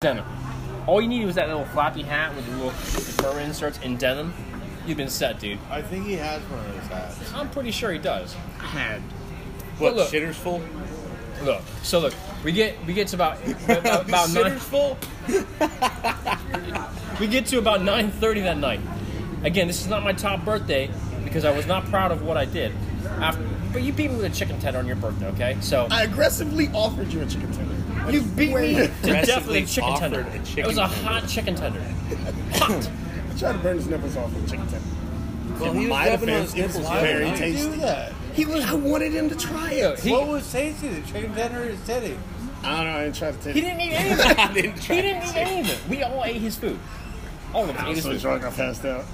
denim. All you needed was that little flappy hat with the little fur inserts in denim. You've been set, dude. I think he has one of those hats. I'm pretty sure he does. I had. But What, look- shitter's full? Look, so look, we get we get to about about, about nine, shitter's full? we get to about nine thirty that night. Again, this is not my top birthday because I was not proud of what I did. After, but you beat me with a chicken tender on your birthday, okay? So Uh, I aggressively offered you a chicken tender. you beat me to death with aggressively a chicken offered tender. a it chicken was a tender. hot chicken tender, hot. I tried to burn his nipples off with a chicken tender. Well, he was My rubbing on defense, his it was nipples the other very night. tasty. that? He was. I wanted him to try Yo, it. he, What was tasty? The chicken tender or the titty? I don't know. I didn't try to taste. he it. didn't eat any of it. I didn't try. He didn't eat any of it. We all ate his food. All of us I ate was his so food. drunk, I passed out.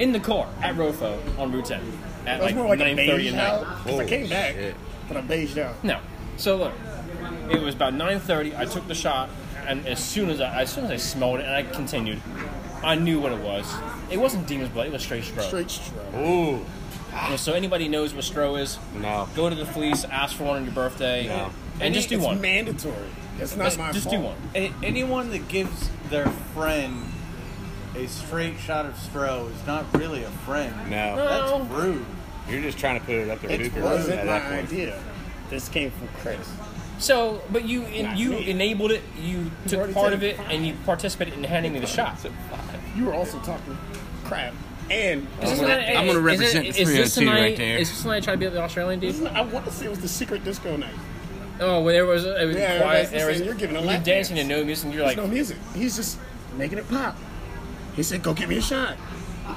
in the car at Rofo on Route 10 at I was like, more like a 9:30 beige at night. out. 'cause I came back, shit. but I beige out. No, so look, it was about 9:30. I took the shot, and as soon as I as soon as I smelled it, and I continued, I knew what it was. It wasn't Demon's Blood. It was straight Stro. Straight stroke. Ooh, And So anybody knows what Stro is. no. Go to the Fleece, ask for one on your birthday, No. and just do it's one. mandatory. It's not Just, my just fault. do one. A- anyone that gives their friend a straight shot of stro is not really a friend. No. That's No. rude. You're just trying to put it up their It pooper wasn't at my that point. idea. This came from Chris. So, but you Not you me. enabled it. You took already part of taken it, and you participated in handing me the shot. You were also talking crap. And Is this gonna- tonight- I'm gonna is represent it- the is this 302 right tonight- there. Is this tonight trying to be the Australian dude? Listen, I want to say it was the secret disco night. Oh, well, there was it was Yeah, quiet. everybody's There was, listening. You're giving a lap dancing dance. to no music, and you're There's like, no music. He's just making it pop. He said, "Go get me a shot."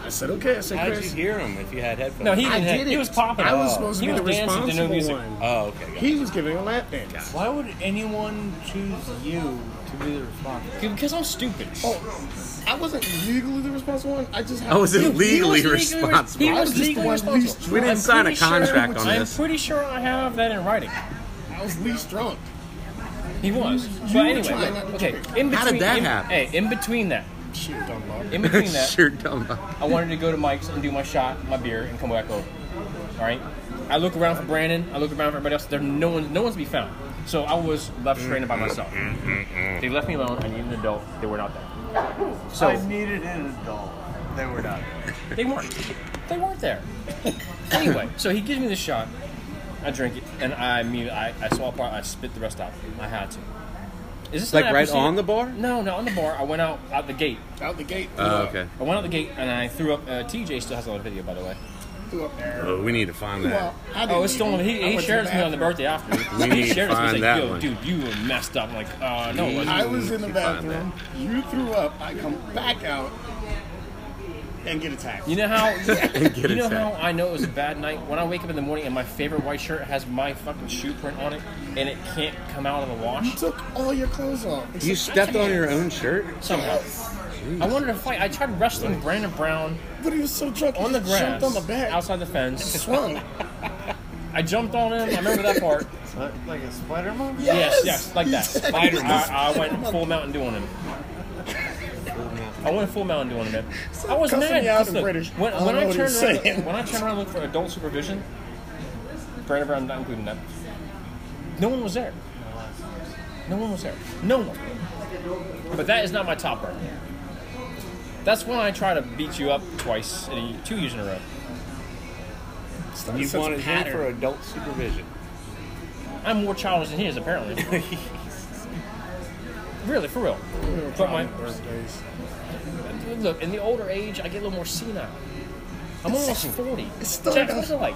I said, "Okay." I said, How would you "Chris." hear him if you had headphones? no, he I didn't. did it. he was popping. I was Oh. supposed to he be was the dancing to responsible no music. one. Oh, okay. Got it. He was giving a lap dance. Why would anyone choose you to be the responsible? Dude, Because I'm stupid. Oh, I wasn't legally the responsible one. I just. I was Dude, illegally he was legally- responsible. he I was was just the legally one least responsible. we drunk. didn't sign a pretty sure contract on I'm this. pretty sure I have that in writing. I was least drunk. He was. you but were anyway, trying not to okay. drink. In between, How did that in, happen? Hey, in between that, Shit, dumb luck. in between that, sure, dumb. I wanted to go to Mike's and do my shot, my beer, and come back over. All right. I look around for Brandon. I look around for everybody else. There, no one, no one's to be found. So I was left stranded by myself. They left me alone. I needed an adult. They were not there. I So needed an adult. They were not. they weren't. They weren't there. Anyway, so he gives me the shot. I drink it, and I mean, I, I swallow part. I spit the rest out. I had to. Is this Like something I right proceed- on the bar? No, not on the bar. I went out out the gate. Out the gate. threw Oh, up. okay. I went out the gate, and I threw up. Uh, TJ still has a lot of video, by the way. Threw up there. Oh, we need to find that. Well, I didn't Oh, it's even- stolen. I He, he went to shared it with me on the bathroom. birthday after. We he need to shared it with me. find He's like, that yo, one. dude, you were messed up. I'm like, uh, no, it wasn't. I was in the You find bathroom. You threw up. I come back out and get attacked. You know how And get you know it how back. I know it was a bad night when I wake up in the morning and my favorite white shirt has my fucking shoe print on it and it can't come out of the You wash took all your clothes off. except You my stepped on pants. your own shirt? somehow. I wanted to fight. I tried wrestling Brandon Brown But he was so drunk. on the he grass, jumped on the back, outside the fence. swung. I jumped on him. I remember that part. Like- Like a spider monkey? Yes, Yes! yes, like that. uh, Exactly. I, I went full Mountain Dew on him. I went full Mountain Dew on him. man. I was Cussing mad. me out 'cause in look, British. When, I don't when know I what he turned was around, saying. when I turned around and looked for adult supervision, Brandon Brown not including that. No one was there. No one was there. No one. But that is not my top burn. That's when I try to beat you up twice, in a- two years in a row. Started You such a wanted him pattern. for adult supervision. I'm more childish than he is, apparently. really, for real. But my, birthdays. Look, in the older age, I get a little more senile. I'm almost 40. It's still Jack, what's enough. it like?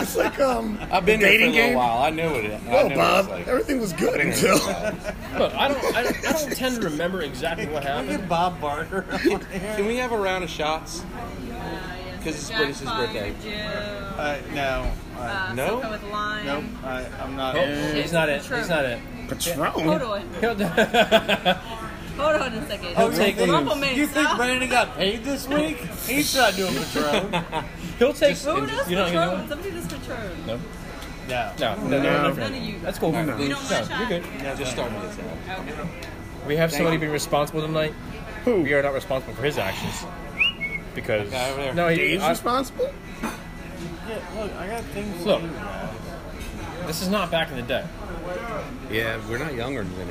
It's like um, I've been the there for a dating little game. while. I know what it. I know Well, what Bob, it's like. everything was good Been there until for a while. Look, I don't, I don't, I don't tend to remember exactly what Look happened. at Bob Barker. on Can here. we have a round of shots? Because it's British' birthday. Uh, no. Uh, Uh, No? Soca with lime. nope. I, I'm not. Oh, he's not it. He's not it. Hold Patron. on. He'll, Hold on a second. He'll take you these. Rumble minutes, You think huh? Brandon got paid this week? He's not doing Patron. he'll take. Who does you know, you Patron? know. Somebody does Patron. No, No. no, no, no, no, None of you. That's cool. No, You don't want you're good. No, Just just starting this out. Okay. We have somebody being responsible tonight. Who? We are not responsible for his actions because guy over there. no, he, Dave's I, responsible. Yeah, look, I got things Look. to do. guys. this is not back in the day. Yeah, we're not younger anymore.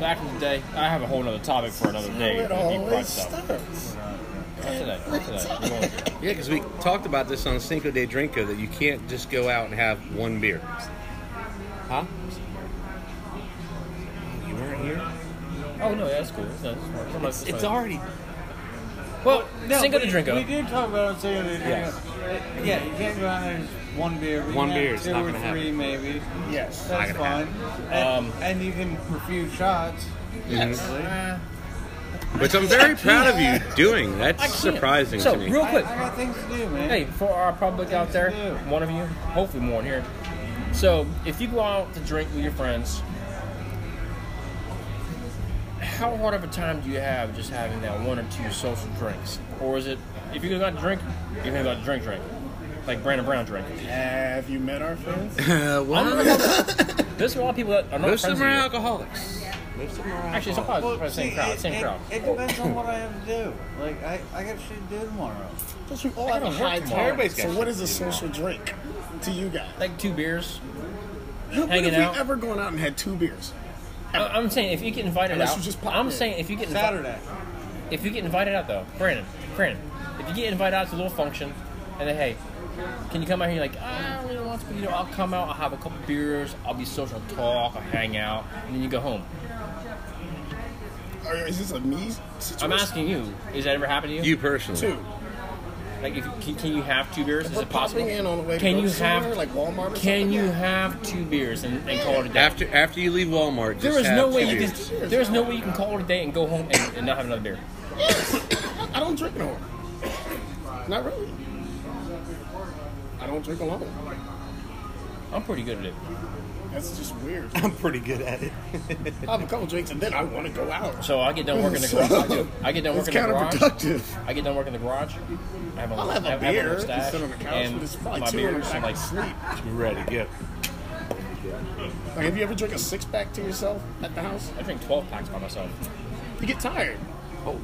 back in the day, I have a whole other topic for another day. it that you brought up. always starts. Not today. Not today. You won't. Yeah, because we talked about this on Cinco de Drinko that you can't just go out and have one beer. Huh? You weren't here? Oh no, yeah, that's cool. That's nice. That's nice. That's It's nice. already. well, No, Cinco we, de Drinko. We did talk about it Cinco de Drinko. Yeah, you can't go out there and just one beer. but you One can have beer is two not or gonna happen. three maybe. Yes. That's gonna fine. happen. And, Um, and you can refuse shots. Yes. Really. Which I'm very proud of you doing. I That's can't- surprising so, to me. Real I, quick. I got things to do, man. Hey, for our public out there, Yeah. one of you, hopefully more in here. So, if you go out to drink with your friends, how hard of a time do you have just having that one or two social drinks? Or is it, if you're going to go out to drink, you're going to go out to drink, drink? Like Brandon Brown drink. Have you met our friends? Uh, I don't know well, about- There's a lot of people that are not most of friends them are with you. alcoholics. Most of them are Actually, alcoholics. some probably Well, the same see, crowd, it, same it, crowd. It depends on what I have to do. Like, I, I got shit to do tomorrow. Plus, we all I have a don't high work tomorrow. tolerance. Everybody's got So, what shit is a to do social drink to you guys? Like two beers. When Hanging have out. we ever gone out and had two beers? I- I'm saying if you get invited Unless out, you just pop I'm in. saying if you get invited, Saturday. if you get invited out though, Brandon, Brandon, if you get invited out to a little function, and then hey, can you come out here? You're like, "Ah, I don't really want to, but you know, I'll come out, I'll have a couple beers, I'll be social, I'll talk, I'll hang out, and then you go home. Or is this a me I'm situation? asking you, is that ever happened to you? You personally. Two. Like, if, can, can you have two beers? Is We're it possible? popping in on the way to can go you somewhere, have like Walmart or Can something? you Yeah. have two beers and, and call it a day? After after you leave Walmart, just there is have no two way you beers. can. There is no way you can call it a day and go home and, and not have another beer. I don't drink no Not really. I don't drink alone. I'm pretty good at it. That's just weird. I'm pretty good at it. I have a couple drinks and then I want to go out. So I get done working in the So, garage. I, do. I get done it's working in the garage. counterproductive. I get done working in the garage. I have a, I'll have I a I beer. little stash Just sit on the couch and with this probably my two beer. on the so I'm like, back and sleep. You ready? Get. Like, have you ever drink a six pack to yourself at the house? I drink 12 packs by myself. You get tired. Oh,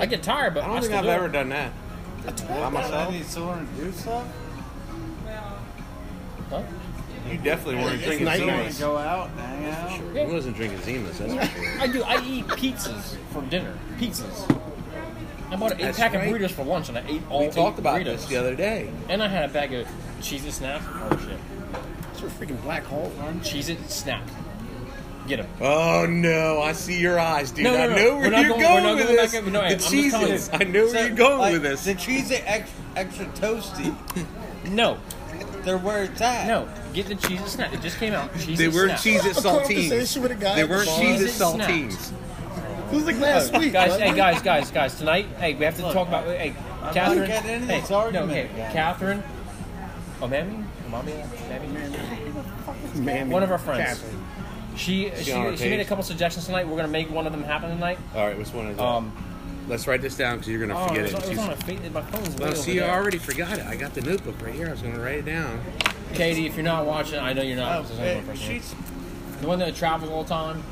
I get tired, but I I, don't think still I've do it. ever done that. By A 12 I myself? need someone to do stuff. Huh? You definitely weren't It's drinking night Someone to Zimas. go out and hang out. You wasn't drinking Zimas, that's for sure. I do. I eat pizzas for dinner. Pizzas. I bought an eight That's pack right. of burritos for lunch, and I ate all We eight talked about burritos. this the other day. And I had a bag of cheese and snaps. Oh shit! It's your freaking black hole. Cheese it snap. Get them. Oh no, I see your eyes, dude. No, no, I no. know We're where not you're going- going, we're not with going back this. up- no, I'm the just telling you. cheeses. I know where you're going like, with this. The cheese is extra, extra toasty. No, They're where it's at. no. Get the cheese and snap. It just came out. Cheese They and weren't snap. cheese at A saltines. conversation with a guy They at the weren't bar. cheese at Cheese and saltines. It was like last Oh, week. Guys, wasn't hey, it? guys, guys, guys. Tonight, hey, we have to Look, talk about. Hey, not Catherine. getting into hey, this no, argument okay, again. Catherine. Oh, Mammy, oh, mommy, Mammy, Mammy. One of our friends. Catherine. She she, She on our she made a page? couple suggestions tonight. We're gonna make one of them happen tonight. All right, which one is it? Um, Let's write this down because you're gonna oh, forget it was, it. it was She's- on a fa- my phone's way Well, over see, I there. already forgot it. I got the notebook right here. I was gonna write it down. Katie, if you're not watching, I know you're Oh, not. This is another uh, person. she's. the one that travels all the time.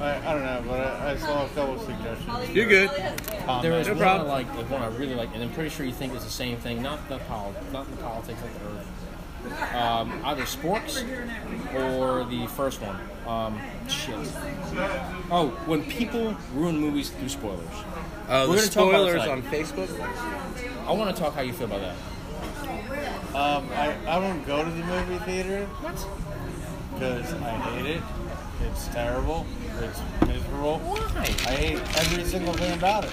I, I don't know, but I, I saw a couple suggestions. You're good. There is no one problem. I like, the one I really like, and I'm pretty sure you think it's the same thing. Not the pol- not the politics of the earth. Um, either sports or the first one. Um, shit. Oh, when people ruin movies through spoilers. Uh, We're the gonna talk about it spoilers on Facebook. I want to talk how you feel about that. Um, I, I don't go to the movie theater What? because I hate it. It's terrible. It's miserable. Why? I hate every single thing about it.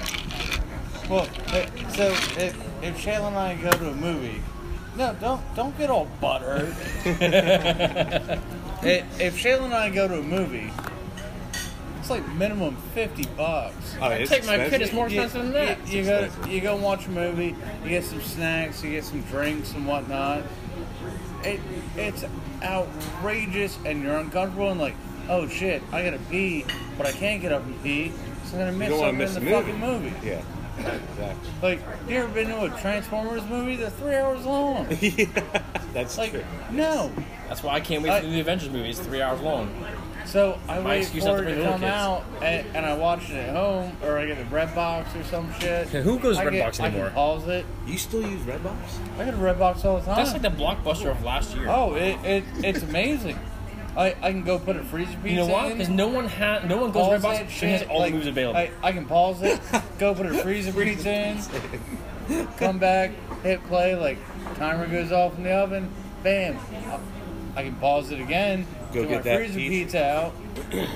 Well, eh, so if, if Shayla and I go to a movie, no, don't don't get all butthurt. Eh, if Shayla and I go to a movie, it's like minimum fifty bucks. Oh, I take my kid. It's more You- expensive than that. You, you go you go watch a movie. You get some snacks. You get some drinks and whatnot. It it's outrageous, and you're uncomfortable and like, oh shit, I gotta pee, but I can't get up and pee. So I'm gonna miss something in the fucking movie. Yeah. Exactly. Like, you ever been to a Transformers movie? They're three hours long. That's Like, true. no. That's why I can't wait I- for the Avengers movie. It's three hours long. So I My wait excuse not to for it bring to little come kids. out, and, and I watch it at home, or I get a Red Box or some shit. Yeah, who goes I Red get- Box I anymore? can pause it. You still use Redbox? I get a Red Box all the time. Oh. That's like the blockbuster of last year. oh, it, it it's amazing. I, I can go put a freezer pizza. You know why? in, Because no one has no one goes to pause Redbox that and shit, has all like, the movies available. I, I can pause it, go put a freezer pizza in, come back, hit play. Like timer goes off in the oven, bam. I, I can pause it again. Go get get my that freezer pizza. pizza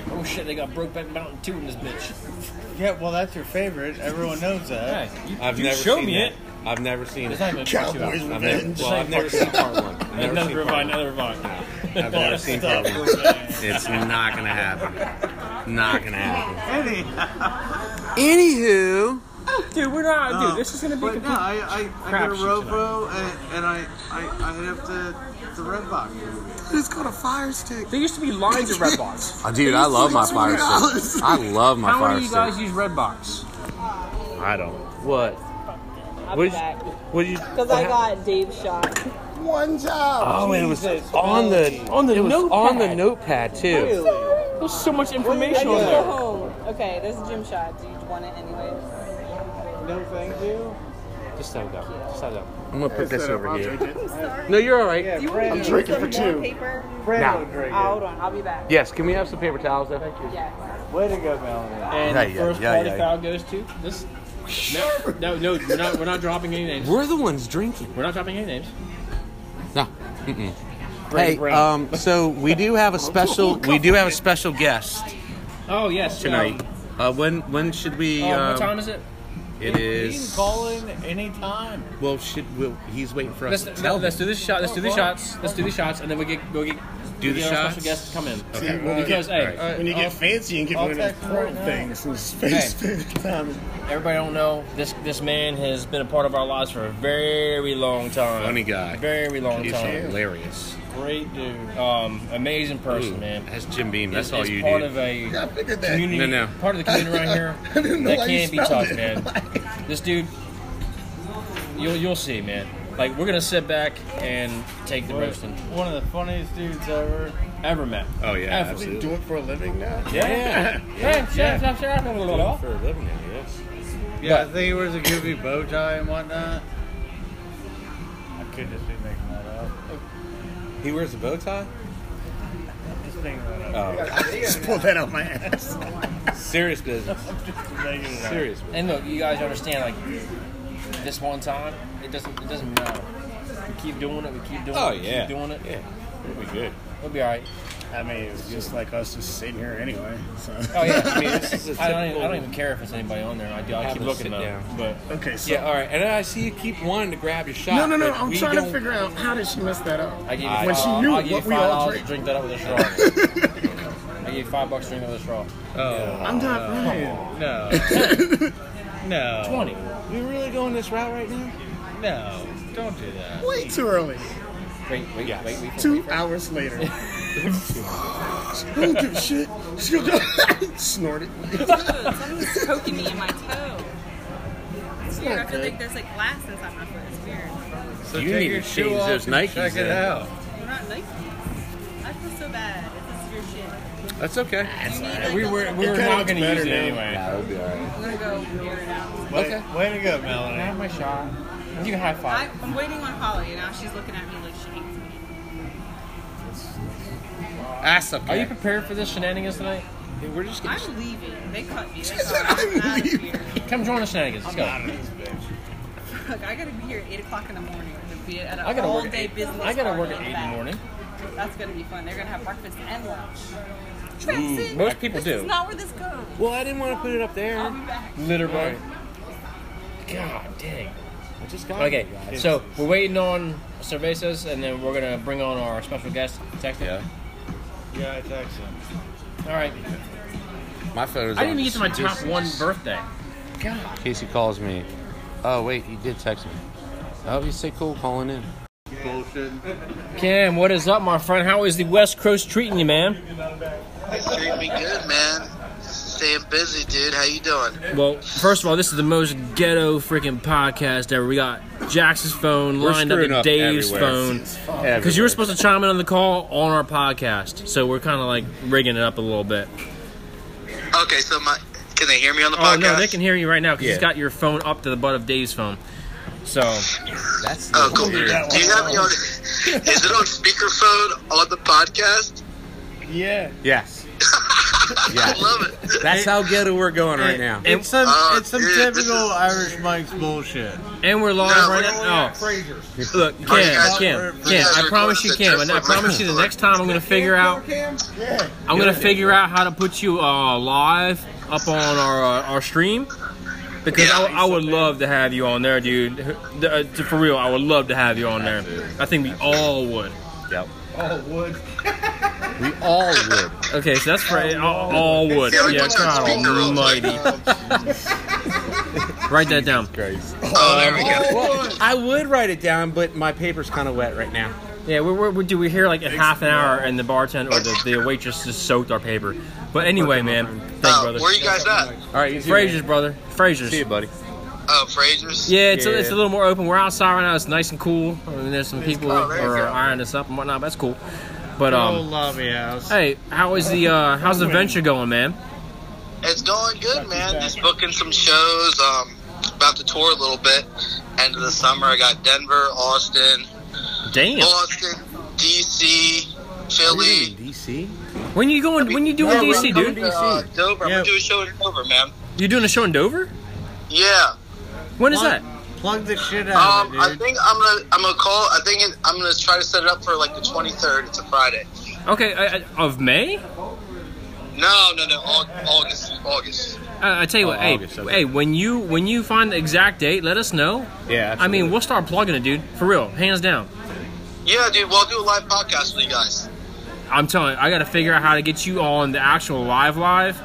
out. oh shit! They got Brokeback Mountain two in this bitch. Yeah, well, that's your favorite. Everyone knows that. Hey, you, I've you never show seen me that. it. I've never seen It's it. not even Cowboys I've never, Revenge. well, I've never seen part one. I've never Another seen revive, part one. another revive. I've never seen part one. It's not gonna happen. Not gonna happen. Anywho, Dude, we're not. No. Dude, this is gonna be. but no, complete- I I, I crap got a shoot robo and, and I I I hit up the the red box. It's called a fire stick. There used to be lines at Redbox. Oh, dude, I love my fire $60. stick. I love my How fire many of you stick. guys use Redbox? I don't. What? I'll What? be back. What you? Because I got Dave shot. One job. Oh, and it was on the on the it was on the notepad too. There's so much I information need to on go there. home. Okay, there's a gym shot. Do you want it anyways? No, thank you. Just have that. Just have that. I'm gonna put this over I'll here. drink it. No, you're all right. Yeah, You Fred, want to drinking some for more two. paper? Fred Nah. will drink Oh, it. hold on, I'll be back. Yes. Can we have some paper towels though? Thank you. Yeah. Way to go, Melanie. And Yeah, the yeah, first yeah, party yeah, yeah. foul goes to this. No, no, no, we're not. We're not dropping any names. We're the ones drinking. We're not dropping any names. No. Mm-mm. Hey, Brady Brown. uh, um, so we do have a special. We do have a special guest Oh yes, Tonight. Um, Uh, when when should we? oh, um, what time is it? It You can is. call in anytime. Well, should we, he's waiting for us Let's, to no, tell him. let's do this shot. Let's Oh, do these shots. Let's do these shots, and then we get go get Do we the get our shots? special guests to come in. See, when you Because get, hey, uh, Alright. when you get fancy and get I'll one of those text him porn right now. things and space time. everybody don't know this. This man has been a part of our lives for a very long time. Funny guy. Very long He's time. hilarious. Great dude. Um, amazing person, Ooh, man. That's Jim Beam. That's It's- all it's you part do. of a I figured that. community, No, no. part of the community around here I didn't know that why you can't be spelled touched, it. man. This dude, you'll you'll see, man. Like we're gonna sit back and take the roasting One of the funniest dudes ever. ever met. oh yeah, Ever. You absolutely. do it for a living now? Yeah, yeah, yeah. yeah. For a living, now, yes. Yeah, I think he wears a goofy bow tie and whatnot. I could just be making that up. He wears a bow tie. Just making that up. Oh, Just pull that out my ass. serious business. Making it up. Serious. And look, you guys understand, like this one time, it doesn't it doesn't matter. We keep doing it. We keep doing Oh it. We yeah. keep doing it. Yeah. It'll be good. We'll be all right. I mean, it's just like us just sitting here anyway. So. Oh yeah. I mean, it's, This is a I, don't even, I typical- don't even care if it's anybody on there. I, do- I Have keep a looking sit though. down. But Okay, so. Yeah. All right. And I see you keep wanting to grab your shot. No, no, no. but I'm we trying to don't- figure out how did she mess that up? I give you I- five, When she knew I'll give you what we five all dollars drink. to drink that up with a straw. I give you five bucks to drink that with a straw. Oh, I'm not right. No. no. Twenty. we really going this route right now? No. Don't do that. Way too early. Wait, wait, Yes. wait, wait. Two hours later. I don't give a shit. She'll go snort it. Dude, someone's poking me in my toe. It's weird. I feel like there's like glass inside my foot. It's weird. So You take need your to shoe change off those and Nikes Check it then. out. We're not like these. I feel so bad. This is your shit. That's okay. You need, like, We a- were we were kinda not looks going to use it better now. anyway. That'll be all right. I'm gonna go figure it out. Way, Okay. way to go, Melanie. my shot. You high I, I'm waiting on Holly, and now she's looking at me like she hates me. That's okay. Are you prepared for this shenanigans tonight? We're just getting I'm leaving. They cut me. They said, cut me. "I'm out of leaving." here. Come join us shenanigans. Let's go. Look, I gotta be here at 8 o'clock in the morning to be at an I gotta all work at day eight. business. I gotta party work at in eight in Bath. the morning. That's gonna be fun. They're gonna have breakfast and lunch. Tracy, Most people this is do. not where this goes. Well, I didn't want to put it up I'll there. be back. Litter boy. God dang. I just got Okay, it, guys. so we're waiting on cervezas, and then we're gonna bring on our special guest, Texas. Yeah. Yeah, I text him. All right. My phone is I on didn't even get to my top just- one birthday. Casey calls me. Oh wait, he did text me. Oh, you say cool calling in. Bullshit. Cam, what is up, my friend? How is the West Coast treating you, man? It's treating me good, man. Staying busy, dude. How you doing? Well, first of all, this is the most ghetto freaking podcast ever. We got Jackson's phone We're lined up screwing with up Dave's everywhere. phone because you were supposed to chime in on the call on our podcast, so we're kind of like rigging it up a little bit. Okay, so my can they hear me on the Oh podcast? no, they can hear you right now because Yeah. he's got your phone up to the butt of Dave's phone. So That's Oh, cool. Do you have me on? Is it on speakerphone on the podcast? Yeah. Yes. I Yes. love it. That's how ghetto we're going right now. It's some, Oh, it's some dude, this typical is- Irish Mike's bullshit. And we're live No, right we're now. Oh. Look, Kim, guys- Kim, you Kim, guys I are promise going you, to Kim, and I different promise you the next time I'm going to figure out. I'm going to figure out how to put you uh, live up on our uh, our stream because I, I would love to have you on there, dude. Uh, for real, I would love to have you on there. I think we all would. Yep. All wood. We all would. Okay, so that's right. All, all wood. Yeah, we Yeah, put you on God speaker real quick. almighty. Write that down. Oh, there we go. Well, I would write it down, but my paper's kind of wet right now. Yeah, we're, we're, we do we here like a half an hour, and the bartender or the, the waitress just soaked our paper. But anyway, man, thank you, Uh, brother. where you guys at? All right, you too, man. Frasers, brother. Frasers. See you, buddy. Oh, Frasers. Yeah, it's, A, it's Yeah. a little more open. We're outside right now. It's nice and cool. I mean, there's some people cool. who There you are go. ironing us up and whatnot. But that's cool. But Oh, um, lobby house. hey, how is the uh, how's the venture going, man? It's going good, man. Just booking some shows. Um, about to tour a little bit. End of the summer, I got Denver, Austin, Damn. Boston, DC, Philly. DC? When you going? When you doing Yeah, DC, we're- dude? Uh, Dover. I'm Yeah. gonna do a show in Dover, man. You doing a show in Dover? Yeah. When is that? plug, Plug the shit out Um, of I it, dude. think I'm gonna I'm gonna call. I think it, I'm gonna try to set it up for like the 23rd. It's a Friday. Okay, I, I, of May. No, no, no. Au- August, August. I, I tell you what, Oh, hey, August, okay. hey, when you when you find the exact date, let us know. Yeah. I mean, we'll start plugging it, dude. For real, hands down. Yeah, dude. Well, I'll do a live podcast with you guys. I'm telling you, I got to figure out how to get you on the actual live live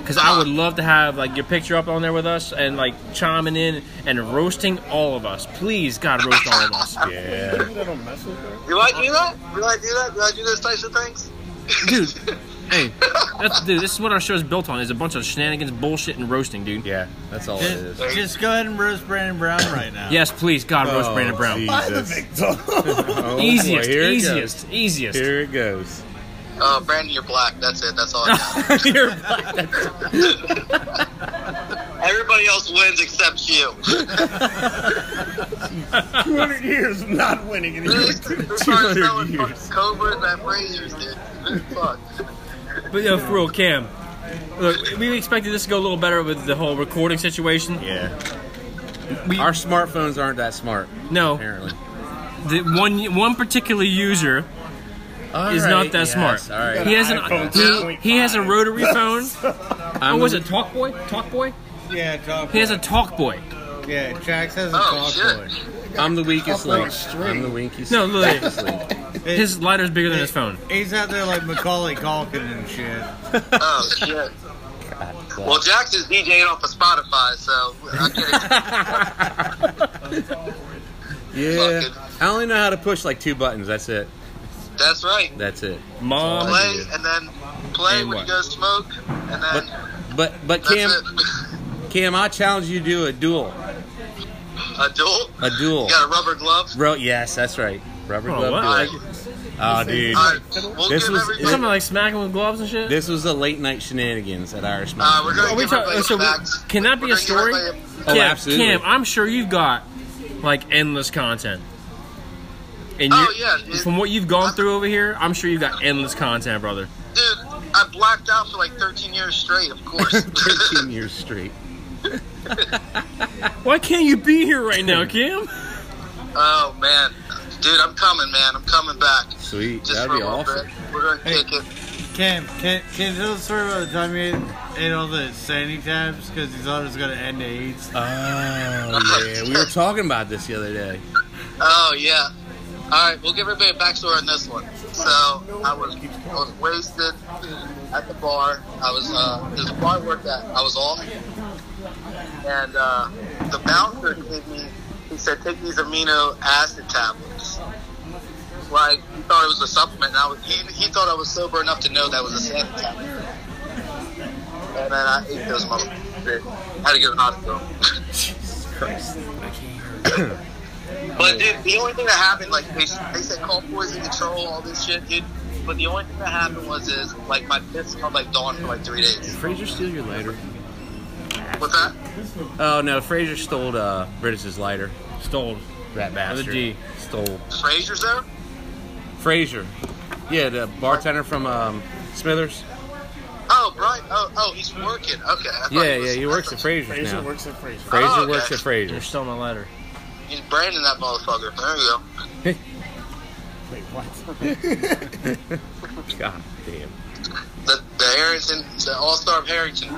because I would love to have like your picture up on there with us and like chiming in and roasting all of us. Please, God, roast all of us, absolutely. Yeah. Do I do that? Do I do that? Do I do those types of things? dude. Hey, that's, dude, this is what our show is built on: is a bunch of shenanigans, bullshit, and roasting, dude. Yeah, that's all it is. Just, just go ahead and roast Brandon Brown right now. Yes, please, God, roast Brandon Brown. Jesus. Oh, boy, Easiest, here it easiest, easiest. goes. Here it goes. Uh, Brandon, you're black. That's it. That's all. I got. You're- Everybody else wins except you. 200 years of not winning in We're the starting 200 selling years. fucking cobras and Frasers, dude. Fuck. But yeah, for real, Cam. Look, we expected this to go a little better with the whole recording situation. Yeah. We- Our smartphones aren't that smart, No, apparently. the one one particular user is not that smart. All right. He has an an iPhone he, he has a 2.5. rotary phone. I'm, oh, was it Talkboy? Talkboy? Yeah, talk. He has a Talkboy. yeah, Jax has a Oh, talk shit. boy. I'm the weakest Couple of link. strings. I'm the weakest No, look. weakest link. It- His lighter's bigger than his phone. He's out there like Macaulay Culkin and shit. Oh shit. Well, Jackson's DJing off of Spotify, so I get Yeah. Fuck I only know how to push like two buttons. That's it. it. That's right. That's it. Mom, Play and then play And when what? you go smoke, and then But but but that's Cam it. Cam, I challenge you to do a duel. A duel. A duel. You got a rubber glove. Bro, yes, that's right. Rubber Oh, glove. wow. All duel. right. Oh, dude. All right. We'll This give was- something everybody. like smacking with gloves and shit. This was the late night shenanigans at Irish Uh, Mountain. we're going Are to we give talking? everybody So we- facts. can that be a We're gonna give story? everybody Oh, Cam, absolutely. Cam, I'm sure you've got like endless content. And Oh, you, yeah, dude. from what you've gone through over here, I'm sure you've got endless content, brother. a- Dude, I blacked out for like 13 years straight. Of course. 13 years straight. Why can't you be here right now, Cam? oh man, dude, I'm coming, man. I'm coming back. Sweet. Just That'd for be a little awesome. bit. We're gonna Hey. kick it. Cam, can, can you tell the story about the time you ate, ate all the sandy tabs because you thought it was going to end at eight? Oh, yeah. We were talking about this the other day. Oh yeah. All right, we'll give everybody a backstory on this one. So I was I was wasted at the bar. I was uh, there's a bar I worked at. I was off, and uh, the bouncer gave me. He said, "Take these amino acid tablets." Like he thought it was a supplement. And I was, he, he thought I was sober enough to know that was a sanity tablet. And then I ate those motherfuckers. Had to go to the hospital. But dude, the only thing that happened, like they, they said, call poison control, all this shit, dude. But the only thing that happened was is like my piss smelled like dawn for like three days. Fraser steal your lighter? What's that? Oh, no. Fraser stole uh, British's lighter. Stole. That With bastard. a D. Stole. Frasier's there? Fraser. Yeah, the bartender from um, Smithers? Oh, Brian. Oh, oh, he's working. Okay. I thought Yeah, was- yeah, he I works thought- at Fraser's Fraser now. works at Fraser. Fraser Oh, okay. works at Fraser's. stole my letter. He's branding that motherfucker. There you go. Wait, what? God damn. The the Harrington, the All Star of Harrington.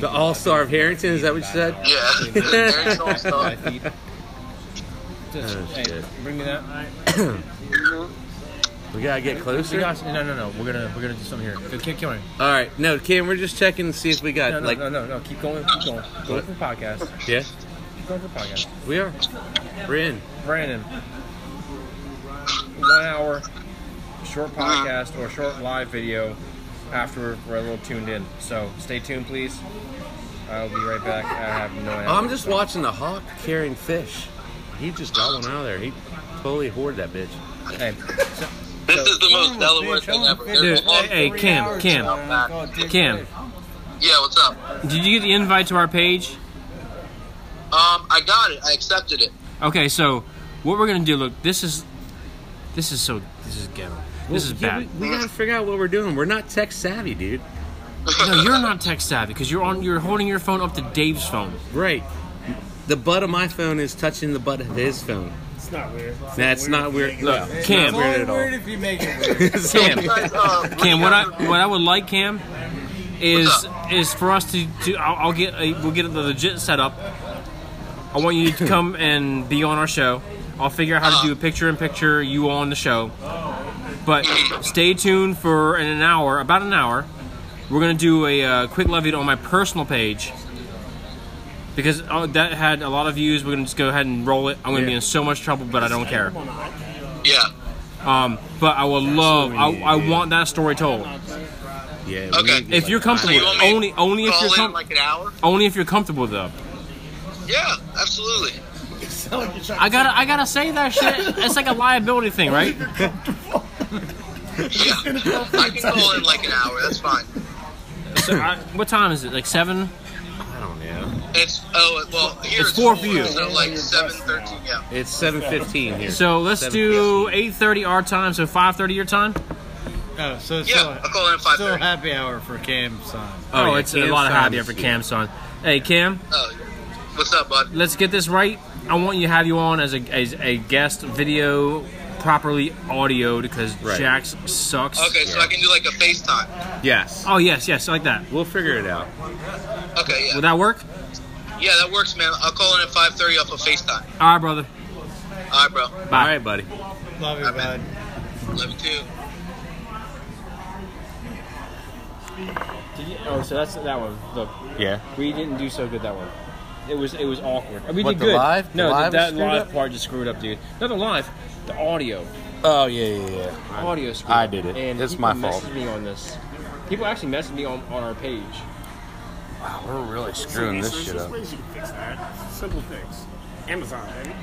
The All Star of Harrington, is that what you said? Yeah, the Harrington All Star. Just, Oh, hey, shit. bring me that. We gotta get We closer. got, no, no, no. We're gonna we're gonna do something here. Keep going. All right, no, Kim, we're just checking to see if we got No, no, like, no, no, no. Keep going. Keep going. Go for podcast. yeah, Keep going for podcast. we are. We're in. Brandon, one hour short Uh-huh. podcast or short live video after we're a little tuned in. So stay tuned, please. I'll be right back. I have no idea. Oh, I'm just watching the hawk carrying fish. He just got one out of there. He totally hoarded that bitch. Hey, so- This is the most Delaware thing ever. There's a hawk- hey, Kim, Kim, Oh, Kim. Yeah, what's up? Did you get the invite to our page? Um, I got it. I accepted it. Okay, so what we're gonna do? Look, this is, this is so, this is ghetto. This is Yeah, bad. We, we gotta figure out what we're doing. We're not tech savvy, dude. No, you're not tech savvy because you're on. You're holding your phone up to Dave's phone. Right. The butt of my phone is touching the butt of his phone. It's not weird. That's not weird. Look, Cam. weird at all. if you make it Sam, Guys, uh, Cam, what I Rick, what I would like, Cam, is is for us to to I'll, I'll get a, we'll get the legit setup. I want you to come and be on our show. I'll figure out how to do a picture in picture you on the show. But stay tuned for in an hour, about an hour. We're gonna do a uh, quick live video on my personal page because uh, that had a lot of views. We're gonna just go ahead and roll it. I'm gonna be Yeah. in so much trouble, but I don't care. Yeah. Um, but I will love. I, need, I dude. want that story told. yeah. we Okay. need to, If like, you're So you comfortable, want me to only only if call you're in com- like an hour? only if you're comfortable though. Yeah, absolutely. I gotta I gotta say that shit. It's like a liability thing, right? Yeah, I can call in like an hour. That's fine. So I, what time is it? Like seven? I don't know. It's oh well here It's four for you. So like seven thirteen. Yeah. It's seven fifteen here. So oh, let's 7 do eight thirty our time. So five thirty your time. Oh, so it's Yeah, I'll call in at five still thirty. happy hour for Cam's son. Oh, yeah, it's Cam's a lot of time happy is- for Cam's son. Hey Cam, Oh, what's up, bud? let's get this right. I want you to have you on as a as a guest video properly audioed because Right. Jax sucks. Okay, so I can do like a FaceTime. Yes. Oh yes, yes, like that. We'll figure it out. Okay, yeah, Would that work? yeah, that works, man. I'll call in at five thirty off of FaceTime. All right, brother. All right, bro. All right, buddy. Love you, bud. Love you too. Did you, oh, so that's that one. Look, Yeah. we didn't do so good that one. It was it was awkward. We What, did the good. live? The No, live was that screwed live up? part just screwed up, dude. Not the live, the audio. Oh yeah, yeah, yeah. audio screwed I up. did it. And It's people my fault. messaged me on this. People actually messaged me on, on our page. Wow, we're really screwing this shit up. ways you can fix that. Simple things. Amazon, baby.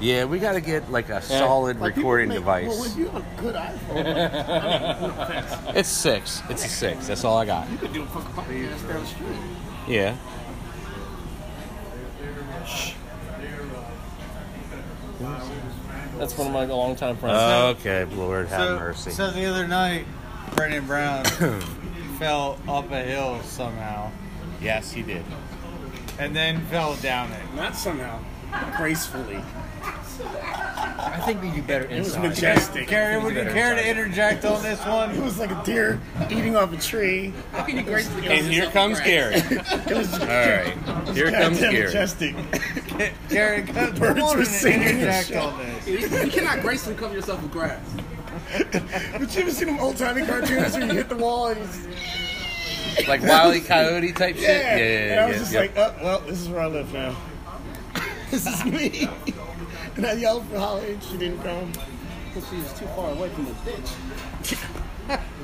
Yeah, we got to get like a solid Like, people recording make- device. Well, if you have a good iPhone, It's six. It's a six. That's all I got. you could do a fucking podcast down the street. Yeah. That's one of my longtime friends. Okay, Lord have mercy. So the other night, Brandon Brown fell up a hill somehow, yes, he did. and then fell down it. Not somehow. Gracefully. I think we do better It was inside. majestic. Gary, would you care to interject on this It one? was like a deer eating off a tree. How can you gracefully call And here yourself comes a Gary. It was All right. Here comes goddamn Gary. majestic. Gary, come Birds on were and singing and interject shit. on this. You cannot gracefully cover yourself with grass. But you ever seen them old timey cartoons where you hit the wall and it's, Like Wiley Coyote type shit. Yeah, yeah. yeah, And I was yeah, just yeah. like, oh, well, this is where I live now. this is me. and I yelled for Holly and she didn't come. Because she's too far away from the bitch.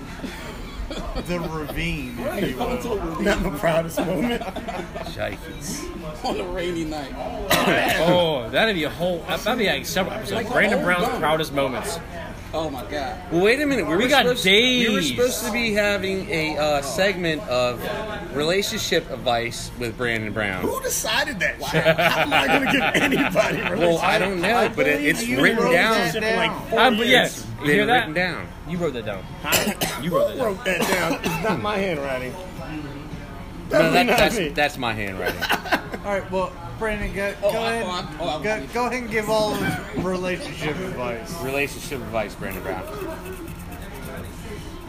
The ravine. Not my proudest moment. Yikes. On a rainy night. Oh, that'd be a whole. That'd be like several episodes. Brandon Brown's proudest moments. Oh my god. Well, wait a minute. We, were got supposed, We were days. supposed to be having a uh, segment of relationship advice with Brandon Brown. Who decided that? shit? How am I going to give anybody? Well, relationship- I don't know, but it, it's You written wrote down. that shit for like four Uh, Um, but years. yes, you Been hear that? written down. You wrote that down. you wrote that, down. It's not my handwriting. No, Definitely that, not that's me. that's my handwriting. All right, well, Brandon, go, Oh, go I- ahead. oh, I'm- oh, I'm- go, go ahead and give all of his relationship advice. relationship advice, Brandon Brown.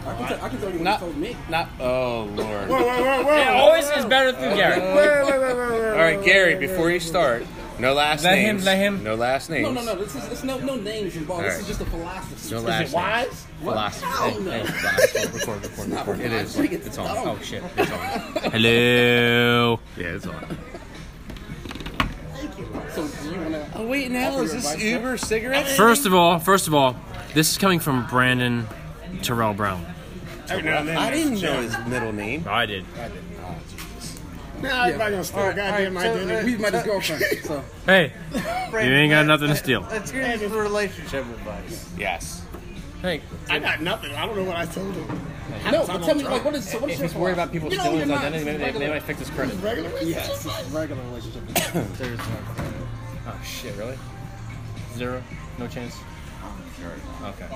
I can, tell, I can tell you what Not, he told me. not. Oh Lord. Whoa, All whoa, whoa, It whoa. always is better through Gary. right, Gary. Before you start, no last Let him, names. let him. No last names. No, no, no. This is it's no no names involved. This Alright. is just a philosophy. No last Is it wise? names. Philosophy. Hell Hey, no. hey, philosophy. Record, record, record. It is. It's on. Oh shit. It's on. Hello. Yeah, it's on. So do you wanna? Oh wait, now is this Uber cigarettes? First of all, first of all, this is coming from Brandon Terrell Brown. Every now and then. I didn't there's a know chance. his middle name. I did. Nah, everybody gonna steal goddamn alright, so, identity. He's my girlfriend. So Hey, Brandon, ain't got let- nothing to let- steal. Let's hear his relationship advice. Yes. hey, I got nothing. I don't know what I told him. no, but tell me like what is so what is If your he's worried about people You know, stealing his you're not- identity, maybe they, they regular- might fix his credit. Regular relationship. Yes, it's regular relationship. There's no. Oh shit! Really? Zero? No chance? Okay.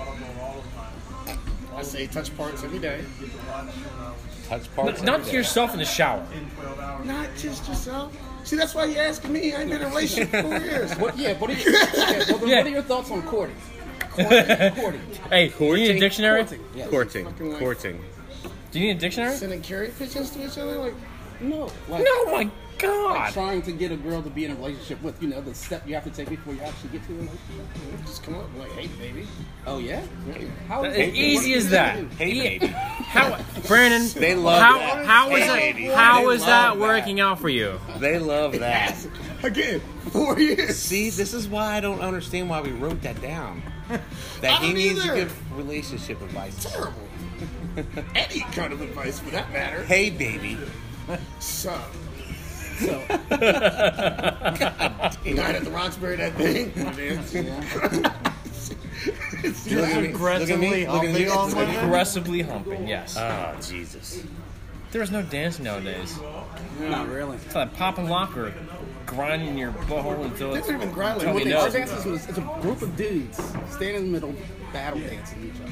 I say touch parts every day. Touch parts. N- not to yourself in the shower. Not just yourself. See, that's why you're asking me. I ain't been in a relationship for four years. What, yeah, what are, your, yeah, well, then Yeah. what are your thoughts on courting? Courting, courting. Hey, do you need a Courting? dictionary? Courting, yes. Courting. Fucking like- Courting. Do you need a dictionary? Sending carry pigeons to each other? Like, No, like, No, my like God. trying to get a girl to be in a relationship with, you know, the step you have to take before you actually get to a relationship. just come up. Like, hey, baby. Oh yeah, how As what- easy as that. Hey, Yeah. baby. How, Brandon? They love how, that. How is Hey, that? lady. How They is that love that. working out for you? They love that. Again, four years. See, this is why I don't understand why we wrote that down. I That he don't needs to either. give relationship advice. Terrible. Any kind of advice for that matter. Hey, baby. So. Night at the Roxbury, that thing. Look at me. Look at me. Aggressively Look at me. on Look at me. women. Aggressively humping. Yes. Oh, Jesus. Uh, There's no dancing nowadays. Not really. It's like pop and lock or grinding your butthole until They it's. don't even grind Tell like me They- no. Our dances was it's a group of dudes standing in the middle, battle dancing each other.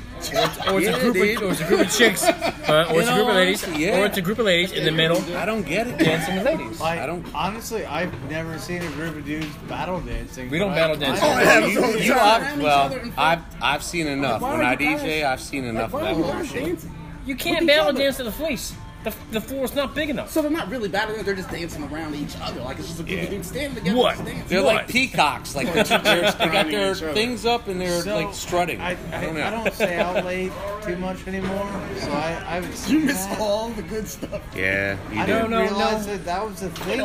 Or it's, Yeah, a group dude. of, or it's a group of chicks. Uh, or it's a In group all of ladies. honesty, yeah. Or it's a group of ladies in the middle I don't get it. dancing with ladies. Like, I don't- Honestly, I've never seen a group of dudes battle dancing. We don't battle but I- dance. I- yeah, You, absolutely. you around are, each well, other and fuck. I've, I've seen enough. why When I are you DJ, I've seen enough Why of that are you guys bullshit. dancing? You With can't each battle other. dance to the fleece. The, the floor's not big enough. So they're not really battling; they're just dancing around each other. Like it's just a group Yeah. of dudes standing together. What? Just dancing. They're What? like peacocks. Like they're, they're, they got their Grinding each other. things up and they're so, like strutting. I, I, I, don't know. stay out late too much anymore, so I, I haven't You seen miss that. all the good stuff. yeah, you I do. didn't No, no, realize no. that that was a thing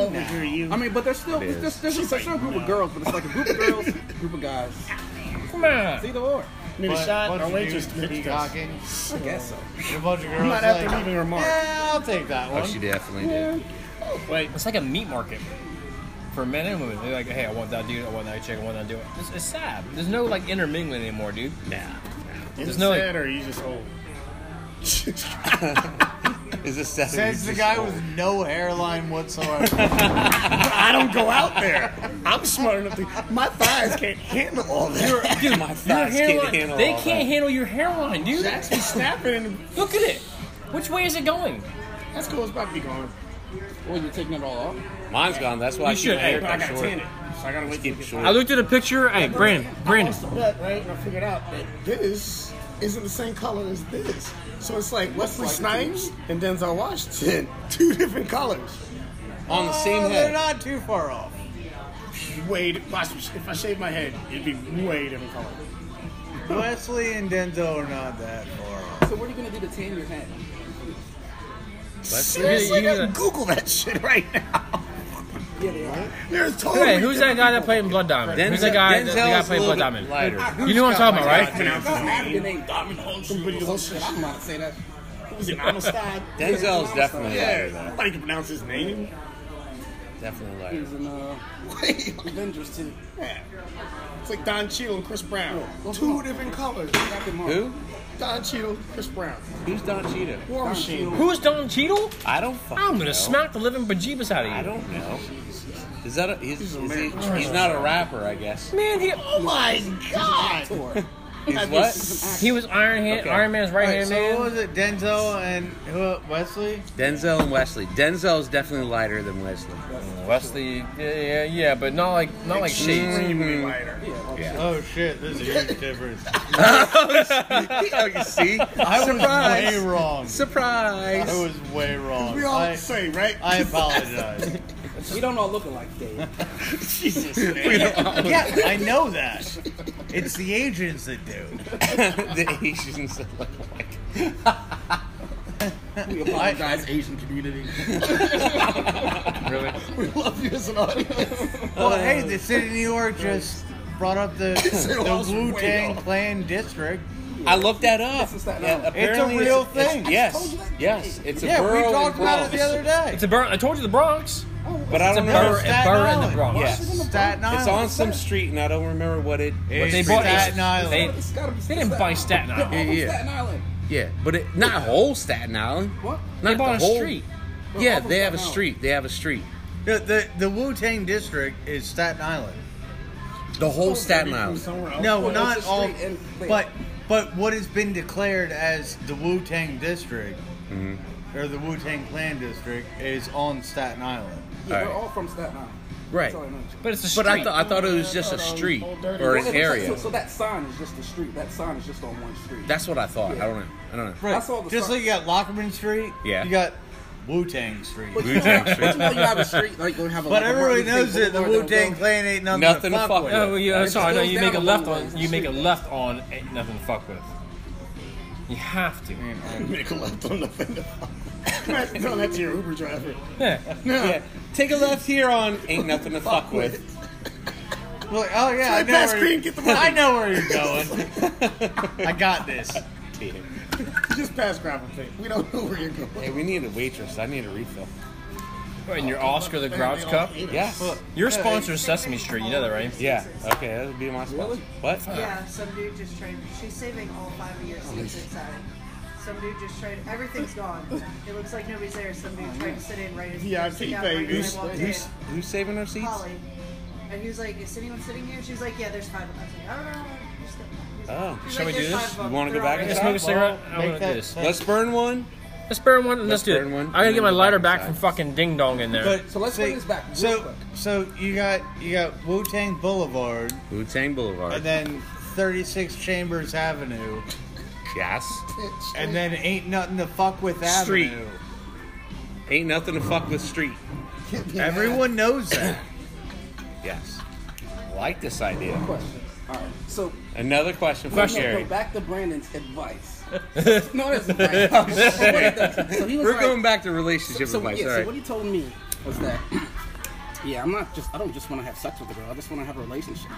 now. I mean, but there's still It is. there's, there's, there's still a group of girls, but it's like a group of girls, group of guys. Come on. Either or, Need a But shot? bunch Our of waitress dudes ditched us. peacocking, I guess so. and a bunch of girls I'm not after like, leaving remark. yeah, I'll take that one. Oh, she definitely did. Wait, it's like a meat market for men and women. They're like, hey, I want that dude, I want that chick, I want that dude. It's, it's sad. There's no like intermingling anymore, dude. Is There's it no, like- sad or are you just old? Is this Saturday? Says the guy with no hairline whatsoever. I don't go out there. I'm smart enough to. My thighs can't handle all that. Dude, My your thighs can't hairline, handle they all can't handle your hairline, dude. That's me snapping. And Look at it. Which way is it going? that's cool. It's about to be gone. Or you're taking it all off. Mine's gone. That's why You I keep should, my hey, hair But I got cut short. tanning. So I gotta wait. Keep Keep it short. short. I looked at a picture. Hey, Brandon, Brandon. Lost the bet, right? And I figured out that this isn't the same color as this. So it's like Wesley Snipes and Denzel Washington, two different colors. On the same Oh, they're head. not too far off. Way, watch, if I shave my head, it'd be way different color. Wesley and Denzel are not that far off. So what are you gonna do to tan your head? Seriously, you- you- now Google that shit right now. There's totally. Hey, who's that guy that played in Blood Diamond? who's that guy that the guy Denzel's that played a in little Blood bit Diamond? Lighter. You know what I'm talking about, right? Pronounce his I have name. your name, Diamond Holmes. Somebody else- I'm not say that. Who's it? Amistad. Denzel's definitely lighter Yeah, though. nobody can pronounce his name. Definitely He lighter. was in uh, Avengers 2. Yeah. It's like Don Cheadle and Chris Brown. What's Two up? different colors. Captain Marvel. Who? Don Cheadle, Chris Brown. Who's Don Cheetah? War Machine. Who's Don Cheadle? I don't fucking I'm gonna know. smack the living bejeebus out of you. I don't know. Is that a, he's, is he, he's not a rapper, I guess. Man, he Oh my god! Thor. He's what? he was Iron Hand, Okay. Iron Man's right Wait, hand so man. what was it? Denzel and who? Wesley? Denzel and Wesley. Denzel is definitely lighter than Wesley. Wesley, yeah, yeah, yeah, but not like not like shades. Extremely lighter. Oh shit! There's a huge difference. Oh, you see? I was Surprise. way wrong. Surprise! I was way wrong. We all I, the same, right? I apologize. We don't all look alike, Dave. yeah, I know that. It's the agents that do. the Asians that look like. We apologize, Asian community. Really? We love you as an audience. Well, hey, the city of New York just brought up the, the was way Wu Tang off. Clan district. I looked that up. This is that Yeah, up. It's a apparently real it's- thing. yes, yes, it's a yeah, borough. we in talked about it the Bronx. other day. It's a bur- I told you the Bronx. but I it's a don't borough, know. a Staten borough in the Island. Bronx. Yes. Staten Island. It's on some street, and I don't remember what it. What It's They street bought it is. Staten Island. They, It's gotta be they didn't buy Staten Island. Staten Yeah, yeah. Island. Yeah, but it, not whole Staten Island. What? Not They bought the a whole- street. Yeah, All of they have a Staten Island. street. They have a street. The, the, the Wu Tang district is Staten Island. The whole Staten Island. No, Well, not it's a all. street and- wait. But but what has been declared as the Wu Tang district, or the Wu Tang Clan district, is on Staten Island. Yeah, All we're right. all from Staten Island. Right. That's all I know. But it's a street. But I thought I thought it was just a street or Well, an so- So, area. so that sign is just a street. That sign is just on one street. That's what I thought. I don't know. I don't know. Right. saw the Just sign. like you got Lockerman Street. Yeah. You got Wu Tang Street. but you, know, but you know you have a street like you have a. But like, a everybody Martin knows Luther that the King Wu Boulevard that'll Tang go- Clan ain't nothing, Nothing to fuck, with. Oh, yeah, It sorry. No, goes you down make a a left long on. way. You make a left on. Ain't nothing to fuck with. You have to. Make a left on the fender. Tell that to your Uber driver. Yeah. Yeah. Take a left here on ain't nothing to fuck with. Like, oh yeah, I know Pass where green, you- get the money. I know where you're going. I got this. Just pass gravel tape. We don't know where you're going. Hey, we need a waitress. I need a refill. And your Oscar the Grouch cup. Yes. Your sponsor is Sesame Street. You know that, right? Yeah. Okay, that would be my spot. Really? What? Yeah, some dude just traded. She's saving all five of your Oh, seats inside. Some dude just traded. Everything's gone. It looks like nobody's there. Some dude tried to sit in right as Yeah, I sitting see, out right baby. as I walked in. Who's who's saving our seats? Holly. And he was like, "Is anyone sitting here?" She's like, "Yeah, there's five of us." I was like, "Oh, no, no, no, just go." He's like- Oh. she's Shall like, we do this? "There's five of You them. wanna go They're all back right." Can I and smoke a cigarette? Well, I want to make do that- this. Let's burn one. Let's burn one. and Let's, do it. burn one, I gotta and get then my go lighter back back from inside. fucking Ding Dong in there. But So let's bring this back real So quick. so you got you got Wu Tang Boulevard Wu Tang Boulevard. and then 36 Chambers Avenue yes. and then ain't nothing to fuck with Street. Avenue. Ain't nothing to fuck with street. Everyone knows that. Yes. I like this idea. Question. All right. So Another question for Question. Go Sherry. back to Brandon's advice. no, that's advice. so he was We're like, going back to relationship So, advice. yeah, All so what right. he told me was that, yeah, I'm not just, I don't just want to have sex with a girl. I just want to have a relationship.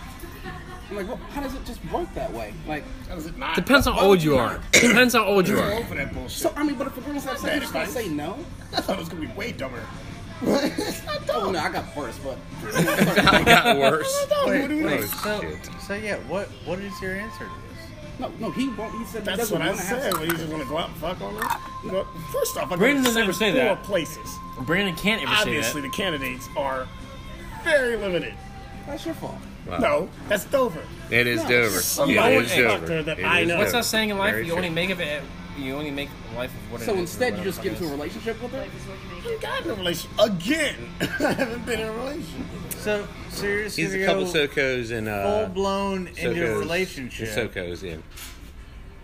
I'm like, well, how does it just work that way? Like, How does it not? Depends how Why old would you are. not? Depends how old you I'm are. over that bullshit. so I mean, but if a girl's have sex, Bad you just gonna advice. say no? I thought it was gonna be way dumber. Oh no, I got worse, but I got worse. Wait, wait. So, Oh, Shit. so yeah, what what is your answer to this? no, no, he won't. He said That's he doesn't what I want to said. have sex. Well, you just wanna go out and fuck all that? Well, First off, I Brandon go to doesn't ever say four that. places. Brandon can't ever Obviously, say the candidates are very limited. That's your fault. Wow. No, that's Dover. It is Dover. no Yeah, it one is fucked Dover. her that It I is know. that. What's Dover. that saying in life? Very You only true. make of it. You only make life of what it is. So or instead, you whatever just the get fuck into a it is. relationship with her. I got in a relationship again. I haven't been in a relationship. So seriously, He's a couple socos and uh, full blown into a Socos. relationship Socos, yeah.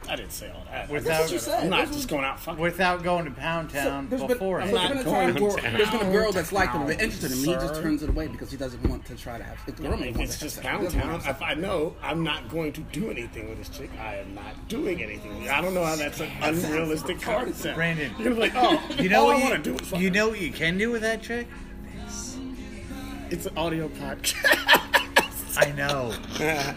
I didn't say all that. Without- That's what you said. I'm not That's just what- going out fucking. without going to Pound So Town there's been, before. so there's been a time going where down. there's been a girl that's like him, but interested in him. He sir. just turns it away because he doesn't want to try to have. The girl may If want it's to have just sex. He doesn't downtown, want to have if I know I'm not going to do anything with this chick, I am not doing anything. with her. I don't know how that's an unrealistic concept. Brandon. you're gonna be like, oh, you know all what I you, want to do is fuck you her. know what you can do with that chick? it's an audio podcast. I know. sex.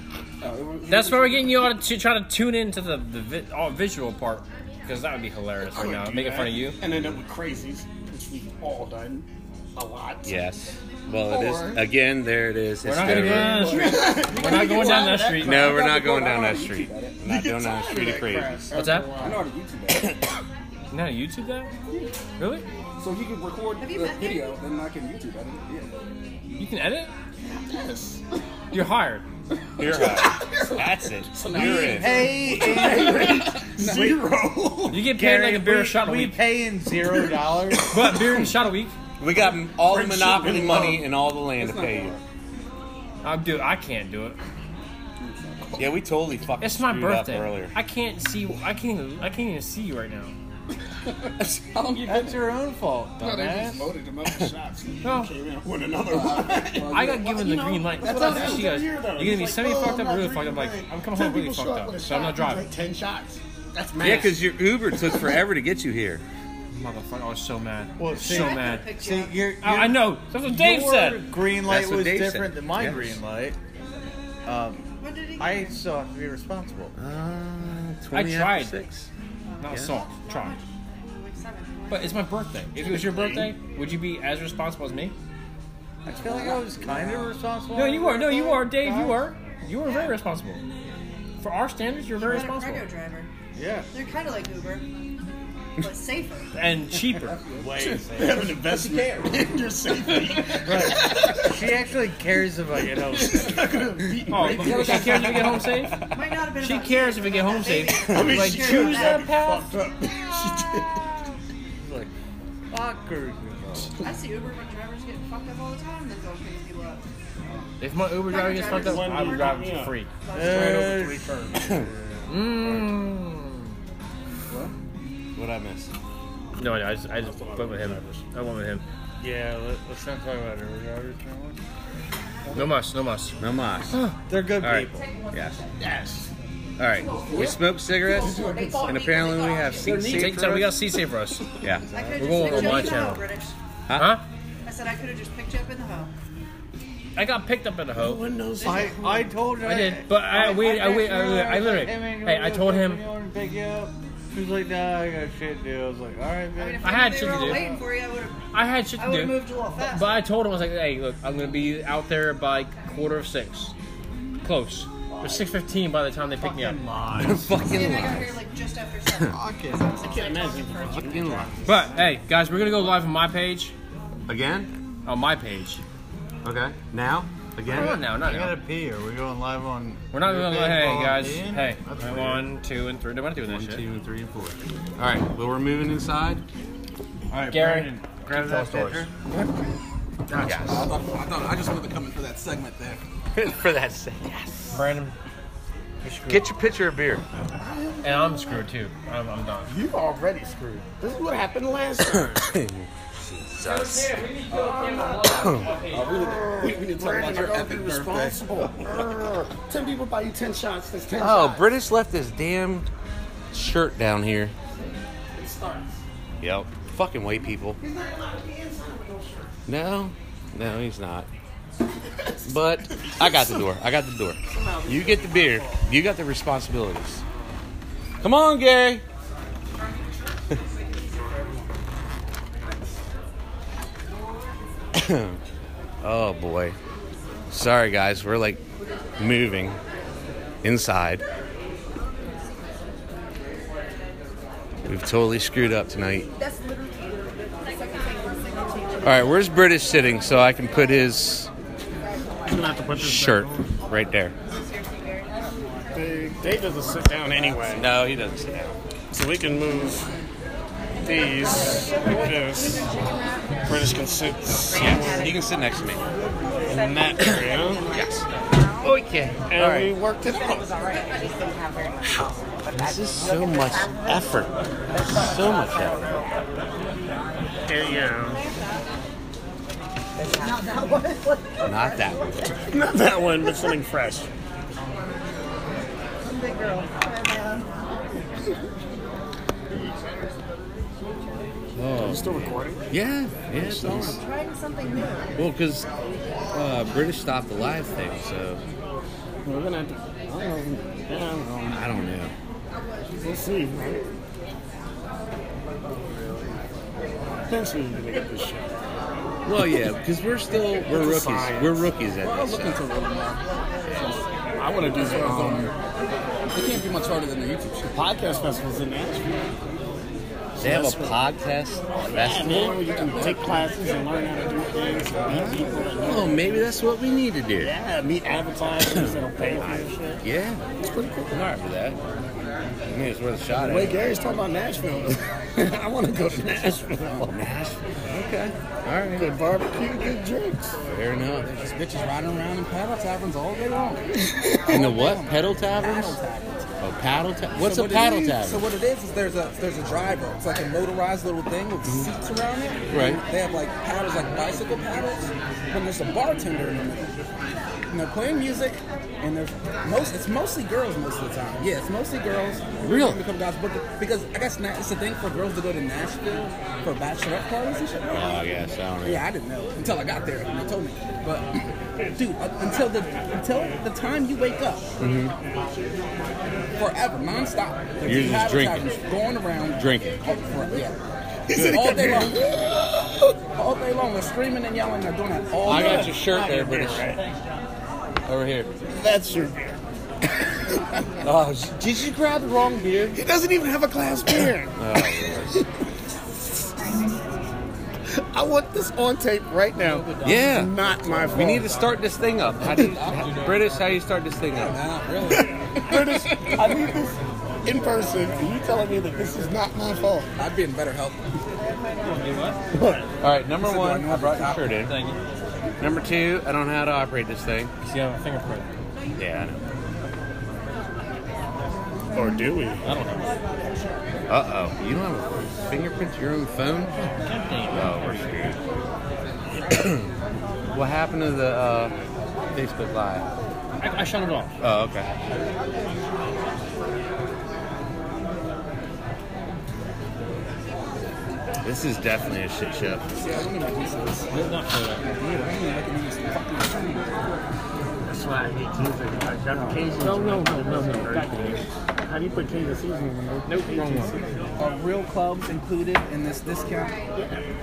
That's why we're getting you all to try to tune into the the vi- all visual part Oh, because that would be hilarious right now. Do Making that fun of you. and end up with crazies, which we've all done. a lot. Yes. Well, it Or- is again. There it is. It's not gonna never- go down that street. We're not going down that street. No, we're That's not what going I down wanna that street. YouTube it. We're Not doing down that street of crazy. What's that? I know how to YouTube that. No, YouTube that? Really? So he can record the video, then I can YouTube edit it. You can edit? Yes. You're hired. You're hired. That's it. You're in. Hey, zero. You get paid Gary, like a beer we- and shot a we week. paying zero dollars. But beer and shot a week? We got all the Friendship monopoly and money love. and all the land to pay you. I'll do it. Uh, I can't do it. Yeah, we totally fucking It's my screwed up birthday. earlier. I can't see. I can't. Even, I can't even see you right now. That's your own fault, No, they just dumbass. loaded them up with shots. and No. Came in with another one. I got given the you know, green light. that's That's what what happens she every goes. year, You're though. gonna be It's semi like, fucked oh, up, I'm really not fucked up. I'm like, drinking I'm coming Ten home really people fucked show up up, with a so I'm shot. not You driving. drink Ten shots. That's mad. Yeah, because your Uber took forever to get you here. Motherfucker, I was so mad. Well, see- so mad. See, you're, you're, I, I know. That's what Dave your said. Green light That's what was Dave different said. than my Yes. green light. Um, What did he I get? still have to be responsible. Uh, I 20 after tried. Six. Not a Yeah. song. Try. Like seven. But it's my birthday. If it was your birthday, would you be as responsible as me? I feel like I was kind of responsible. No, you are. No, you are, Dave. You are. You are very responsible. For our standards, you're very What a responsible cargo driver. Yeah. They're kind of like Uber, but safer. and cheaper. Oh, They have an investment in your safety. Right. she actually cares about you know. She's not gonna beat you. Oh, but she cares if we get home safe. Might not have been. She about cares you, if we but get about home that safe. baby. I mean, Like she choose that already path. fucked up. She did. like, fuck her. you know. I see Uber drivers getting fucked up all the time. They go crazy low. If my Uber driver gets fucked up, When I'm you- driving for yeah. free. Uh, Mmm. What I miss? No, no, I just, I just went with him. I went with him. yeah, let, let's not talk about Uber drivers. No no more. mas, no mas. No mas. They're good All right. people. Yes. Yes. All right. We smoke cigarettes, and apparently we have seats. Take time. We got CC for us. Yeah. I could We're have going on just picked you my up in the channel. hoe, British. Huh? I said I could have just picked you up in the hoe. I got picked up in a hoe. Windows. I, I told her. I did, but I- we- I- we- I- I literally- hey, I told him- She was like, nah, I got shit to do. I was like, alright, I mean, if bitch. I had they shit were to all do. Waiting for you, I would have. I had shit I to would do. have moved a little fast. But I told him, I was like, hey, look, I'm going to be out there by quarter of six. Close. It was 6.15 by the time they picked me up. See, and I got here like just after seven. I can't imagine. But, hey, guys, we're going to go live on my page. Again? On my page. Okay. Now? Come on Again? now, I not gotta now. pee. Are we going live on? We're not your going to page hey, while I'm guys. peeing? Hey, That's weird. one, two, and three. Don't want to do that One, shit. two, and three, and four. All right. Well, we're moving inside. Alright, Gary, Brandon, grab that picture. I thought, I thought I just wanted to come in for that segment there. For that sake. Brandon. Get your pitcher of beer. And I'm screwed, too. I'm, I'm done. You already screwed. This is what happened last time. Oh, We, we need to talk about You're your gonna be epic birthday. responsible. Urgh. ten people buy you ten shots. That's ten Oh, shots. British left his damn shirt down here. It starts. Yep. Fucking white people. He's not allowed to be inside with no shirt. No, no, he's not. But I got the door. I got the door. You get the beer. You got the responsibilities. Come on, Gary. oh boy. Sorry guys, we're like moving inside. We've totally screwed up tonight. All right, where's British sitting so I can put his shirt right there? Dave doesn't sit down anyway, No, he doesn't sit down. so we can move these like this. British can sit Yes, he can sit next to me. in that area, Yes. Oh, and we worked it out. This is so much effort. So much effort. There you go. Not that one. Not that one, but something fresh. uh, Still recording? Oh. Yeah, yeah, it's nice. Trying something new. Well, because uh, British stopped the live thing, so We're gonna have to. I don't know. Yeah, I don't know. I don't know. We'll see. Right? Eventually, we're gonna get this shit. Well, yeah, because we're still we're rookies. We're rookies at We're all this. looking to a little more. I wanna do it. um, They can't be much harder than the YouTube shit. Podcast festivals in Nashville. They have a podcast Yeah, festival. man, you can take classes and learn how to do things and meet people. and- Oh, maybe that's what we need to do. Yeah, meet advertisers that'll pay for your shit. Yeah, it's pretty cool. I'm alright for that. I mean, it's worth a shot. The way at. Gary's talking about Nashville, I want to go to Nashville. Oh, Nashville, okay. All right. Good barbecue, good drinks. Fair enough. There's just bitches riding around in paddle taverns all day long. In the what? Pedal taverns? Oh, paddle Paddle taverns. ta- What's So a what it paddle is- tavern? So what it is is there's a there's a driver. It's like a motorized little thing with seats around it. Right. They have like paddles, like bicycle paddles. And there's a bartender in the middle. And they're playing music, and there's most it's mostly girls most of the time. Yeah, it's mostly girls. Really? Become guys, but because I guess na- it's a thing for girls to go to Nashville for bachelorette parties and shit. oh, I guess I don't know. Yeah, I didn't know until I got there and they told me. But dude, uh, until the until the time you wake up, Mhm. forever, nonstop. There's Mm-hmm. You're just paddle drinking. taverns Going around. Drinking. Oh, for- yeah. He said he all couldn't day hear long. all day long. They're screaming and yelling. They're doing that all I day. got your shirt there, British. Over here. That's your beer. Oh, did you grab the wrong beer? He doesn't even have a glass beer. Oh, I want this on tape right now. Yeah. Not my fault. we need to start this thing up. How do you, British, how you start this thing up? Nah, really. Curtis, I need this in person. And you telling me that this is not my fault. I'd be in better health. All right, number one, I brought your shirt in. Thank you. Number two, I don't know how to operate this thing. See, I have a fingerprint. Yeah, I know. Or do we? I don't know. Uh oh, you don't have a fingerprint to your own phone? Oh, we're screwed. what happened to the uh, Facebook Live? I, I shut it off. Oh, okay. This is definitely a shit show. Yeah, I'm gonna do this. It's not shut off. Yeah, I'm gonna make it in this fucking That's why I hate Cajun. I got Cajun. No, no, no, no, no. Back in here. How do you put Cajun seasoning in there? Nope, wrong one. Are Uh, real clubs included in this discount?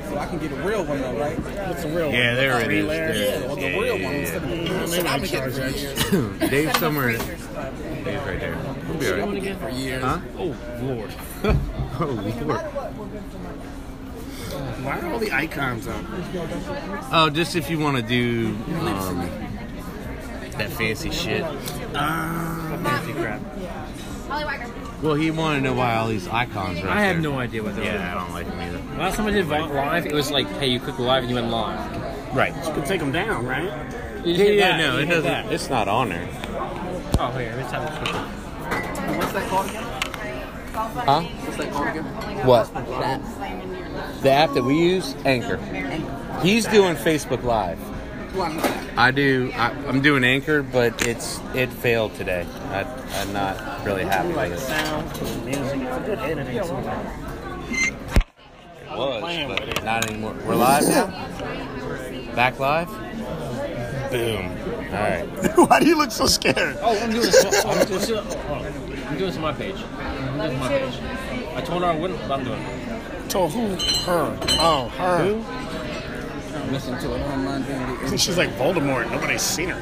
So I can get a real one though, right? What's the real Yeah, there it is. There it Yeah, is. well, the Yeah, real yeah, one yeah. instead of the Yeah, shit maybe I've they been getting for charge years. Dave somewhere. Dave's right there. We'll be all right. For years. Huh? Oh, Lord. Oh, Lord. Why are all the icons up? Oh, just if you want to do um, that fancy shit. fancy crap. Well, he wanted to know why all these icons are. up I have there. no idea what they're Yeah, I don't like them either. Last time I did vi- live, it was like, hey, you click live and you went live. Right. You can take them down, right? You Yeah, hit yeah, that, no, you it hit doesn't. that. It's not on there. Oh, here, let's have a switch. What's that called again? Huh? What's that called Oh again? What? The app that we use, Anchor. He's doing Facebook Live. Well, I do. I, I'm doing Anchor, but it's it failed today. I, I'm not really happy Like with it. sound, music. It's a good editing tool. It was, but not anymore. We're live now. Back live. Boom. All right. Why do you look so scared? Oh, I'm doing this. Oh, I'm doing this. Oh, oh. I'm doing this on my page. I'm doing this on my page. I told her I wouldn't, but I'm doing it. To who? Her. Oh, her. listen to an online thing. She's like Voldemort. Nobody's seen her.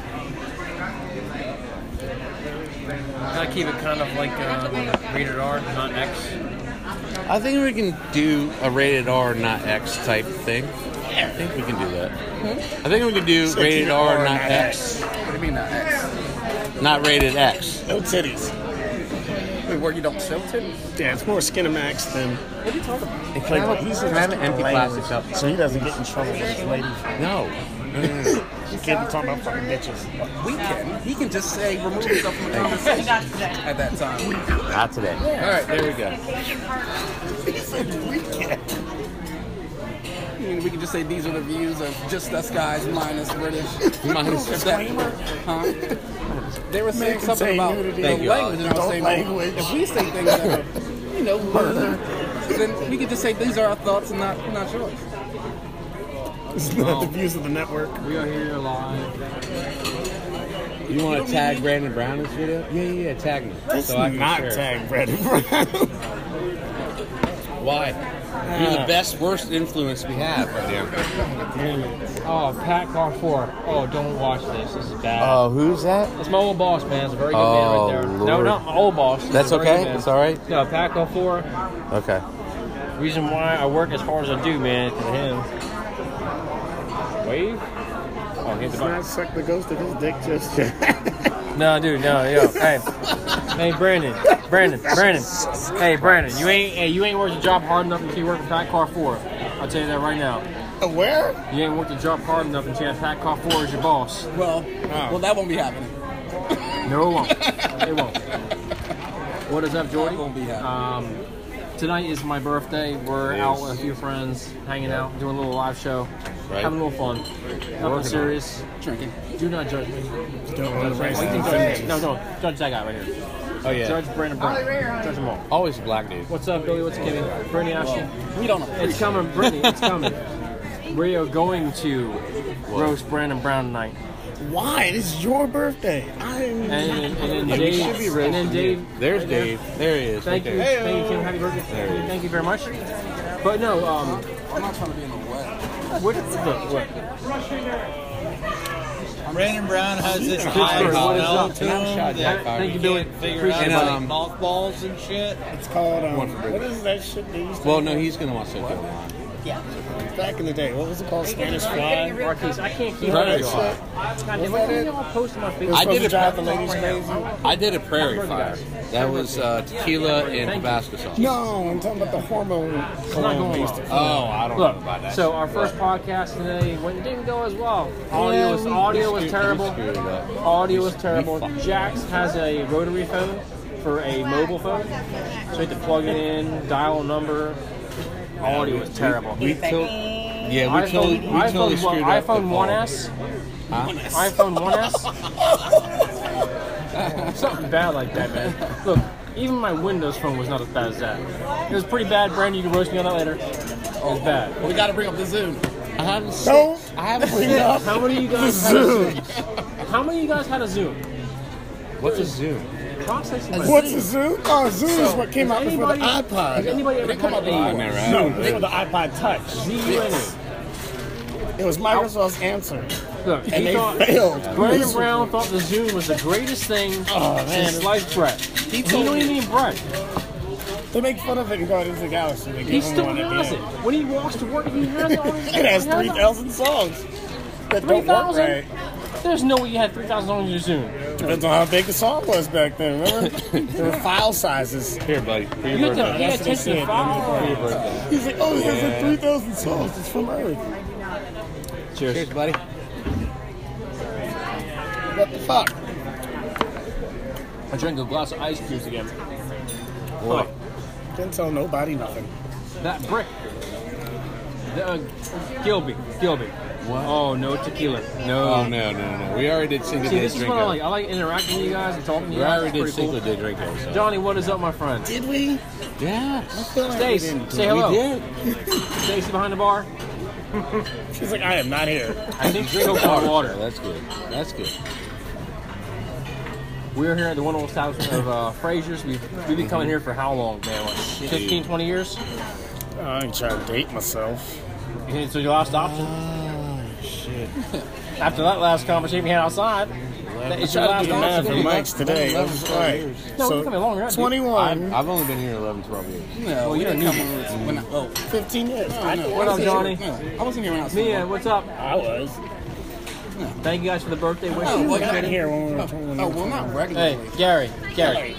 I keep it kind of like uh, rated R, not X. I think we can do a rated R, not X type thing. Yeah. I think we can do that. I think we can do So rated keep it R, R, not not X. What do you mean, uh, X? not rated X. No titties. Wait, where you don't show titties? Yeah, it's more Skinamax than. What are you talking about? Can I have, He's can I have an empty plastic cup? So he doesn't get in trouble with his lady. No. He can't be talking about fucking bitches. We can. He can just say, remove yourself from the conversation at that time. Not today. All right, there we go. I mean, we can just say these are the views of just us guys minus British. Minus- If that- Huh? They were saying can something say about nudity. the Thank you, language, and I was Adult saying, language. if we say things that are, you know, murder, then we could just say these are our thoughts and not not yours. It's not the views of the network. We are here live. You want to tag Brandon Brown in this video? Yeah, yeah, yeah. Tag me. That's so I can not share. tag Brad and Brown. Why? You're the best, worst influence we have. Goddamn. Oh, Pat Garfor. Oh, don't watch this. This is bad. Oh, who's that? It's my old boss, man. It's a very good Oh, man right there. No, Lord. not my old boss. It's That's a very good okay? man. It's all right? No, Pat Garfor. Okay. Reason why I work as hard as I do, man, is 'cause of him. Wave. Oh, hit the Let's button. not suck the ghost of his dick just yet. No, dude, no, yo, hey, hey, Brandon, Brandon, Brandon, hey, Brandon, you ain't, hey, you ain't worked your job hard enough until you work for Pat Car Four. I'll tell you that right now. Where? You ain't worked your job hard enough until you have Pat Car Four as your boss. Well, well, that won't be happening. No, it won't. It won't. What is up, Jordy? Won't be um, tonight is my birthday. We're out with a few friends, hanging out, doing a little live show, Right. having a little fun. Nothing Working. serious. Drinking. Do not judge me. Don't Judge raise me. them. Judge- No, no, judge that guy right here. Oh, yeah. Judge Brandon Brown. Judge them all. Always a black dude. What's up, Billy? What's Kimmy? Brittany Ashton. We don't It's coming, Brittany. It's coming. we are going to roast Brandon Brown tonight. Why? This is your birthday. And, I'm. and, and then And we Dave. should be and then Dave. There's right there. Dave. There he is. Thank right you. there. Thank you, Kim. Happy birthday. There he Thank you very much. But no, um, I'm not trying to be in the way. what, look, look. Brandon Brown has this Yeah. eye Pittsburgh, what is smell up? to him. Thank that you, can't Billy. Figure Appreciate out it, like buddy. mothballs and shit. It's called. Um, One for Brittany. what is that shit they used to Well, no, he's going to watch that video online. do back in the day? What was it called? Spanish getting Fly. real Marquise, I can't keep Right. up with y'all. God, damn, why can't y'all post on my Facebook? I did Supposed to a drive the prairie ladies crazy. I did a prairie fire. That was uh, tequila and Tabasco sauce. No, I'm talking about the hormone. cologne going they used to well. Oh, I don't Look, know about that. so our first But- podcast today went, didn't go as well. Audio was, we- audio we was screwed- we terrible. screwed it up. Audio We- was terrible. we fucked it up. Jax has a rotary phone for a mobile phone, so you have to plug it in, dial a number. Audio was terrible. We till- yeah, we iPhone, totally, we totally iPhone, screwed one, up. the iPhone call. 1S, Huh? iPhone 1S. Something bad like that, man. Look, even my Windows phone was not as bad as that. It was pretty bad, Brandon. You can roast me on that later. It was bad. We got to bring up the Zoom. I haven't seen. Don't I haven't seen. up How many of you the guys had a Zoom? Zoom. How many of you guys had a Zoom? What's a Zoom? Processing was- What's a Zoom? Oh, Zoom is what came out before the anybody- Has iPod. anybody ever come up with I know, right? No, before the iPod Touch. It was Microsoft's answer, Look, he and they thought failed. Brandon Brown thought the Zoom was the greatest thing Oh, man. since sliced bread. He, told don't me- even eat bread. They make fun of it in Guardians of the Galaxy. They give He him still one at the has it. end. When he walks to work, he has it on his It has he on- three thousand songs that don't work 3,000? right. There's no way you had 3,000 on your Zoom. Depends on how big the song was back then. Remember, there were file sizes. Here, buddy. For your You had to pay birthday. That's what they attention to said. five. He's like, oh, he has like three thousand songs. It's from Earth. Cheers, buddy. What the fuck? I drank a glass of ice cubes again. Boy. Didn't tell nobody nothing. That brick. The, uh, Gilby. Gilby. Oh, no tequila. No. Oh no, no, no. We already did single See, day this is drink. what I like. I like interacting with you guys and talking to you We guys. already It's did pretty single cool. day drink. So. Johnny, what is up, my friend? Did we? Yes. Stace, say We hello. did. Stacy behind the bar. He's like, I am not here. I think drink coconut Yeah, water. That's good. That's good. We're here at the wonderful establishment of uh, Frazier's. We've, we've been Mm-hmm. coming here for how long, man? Like 15, 20 years? I ain't trying to date myself. You think it's your last option? Shit. Ah, After that last conversation we had outside, that it's your I last did math option. for Mike's today. Eleven, That's twelve right. years. No, we're coming along, right? I've, 21, I've only been here 11, 12 years. No, you're a didn't newbie. come when it's- when I- oh, 15 years. I know. What I up, was Johnny? here- no, I wasn't here when I was. Mia, what's up? I was. Thank you guys for the birthday wishes. Oh, well, I've been yeah. here when we were Oh, well, not regularly. Hey, Gary, Gary.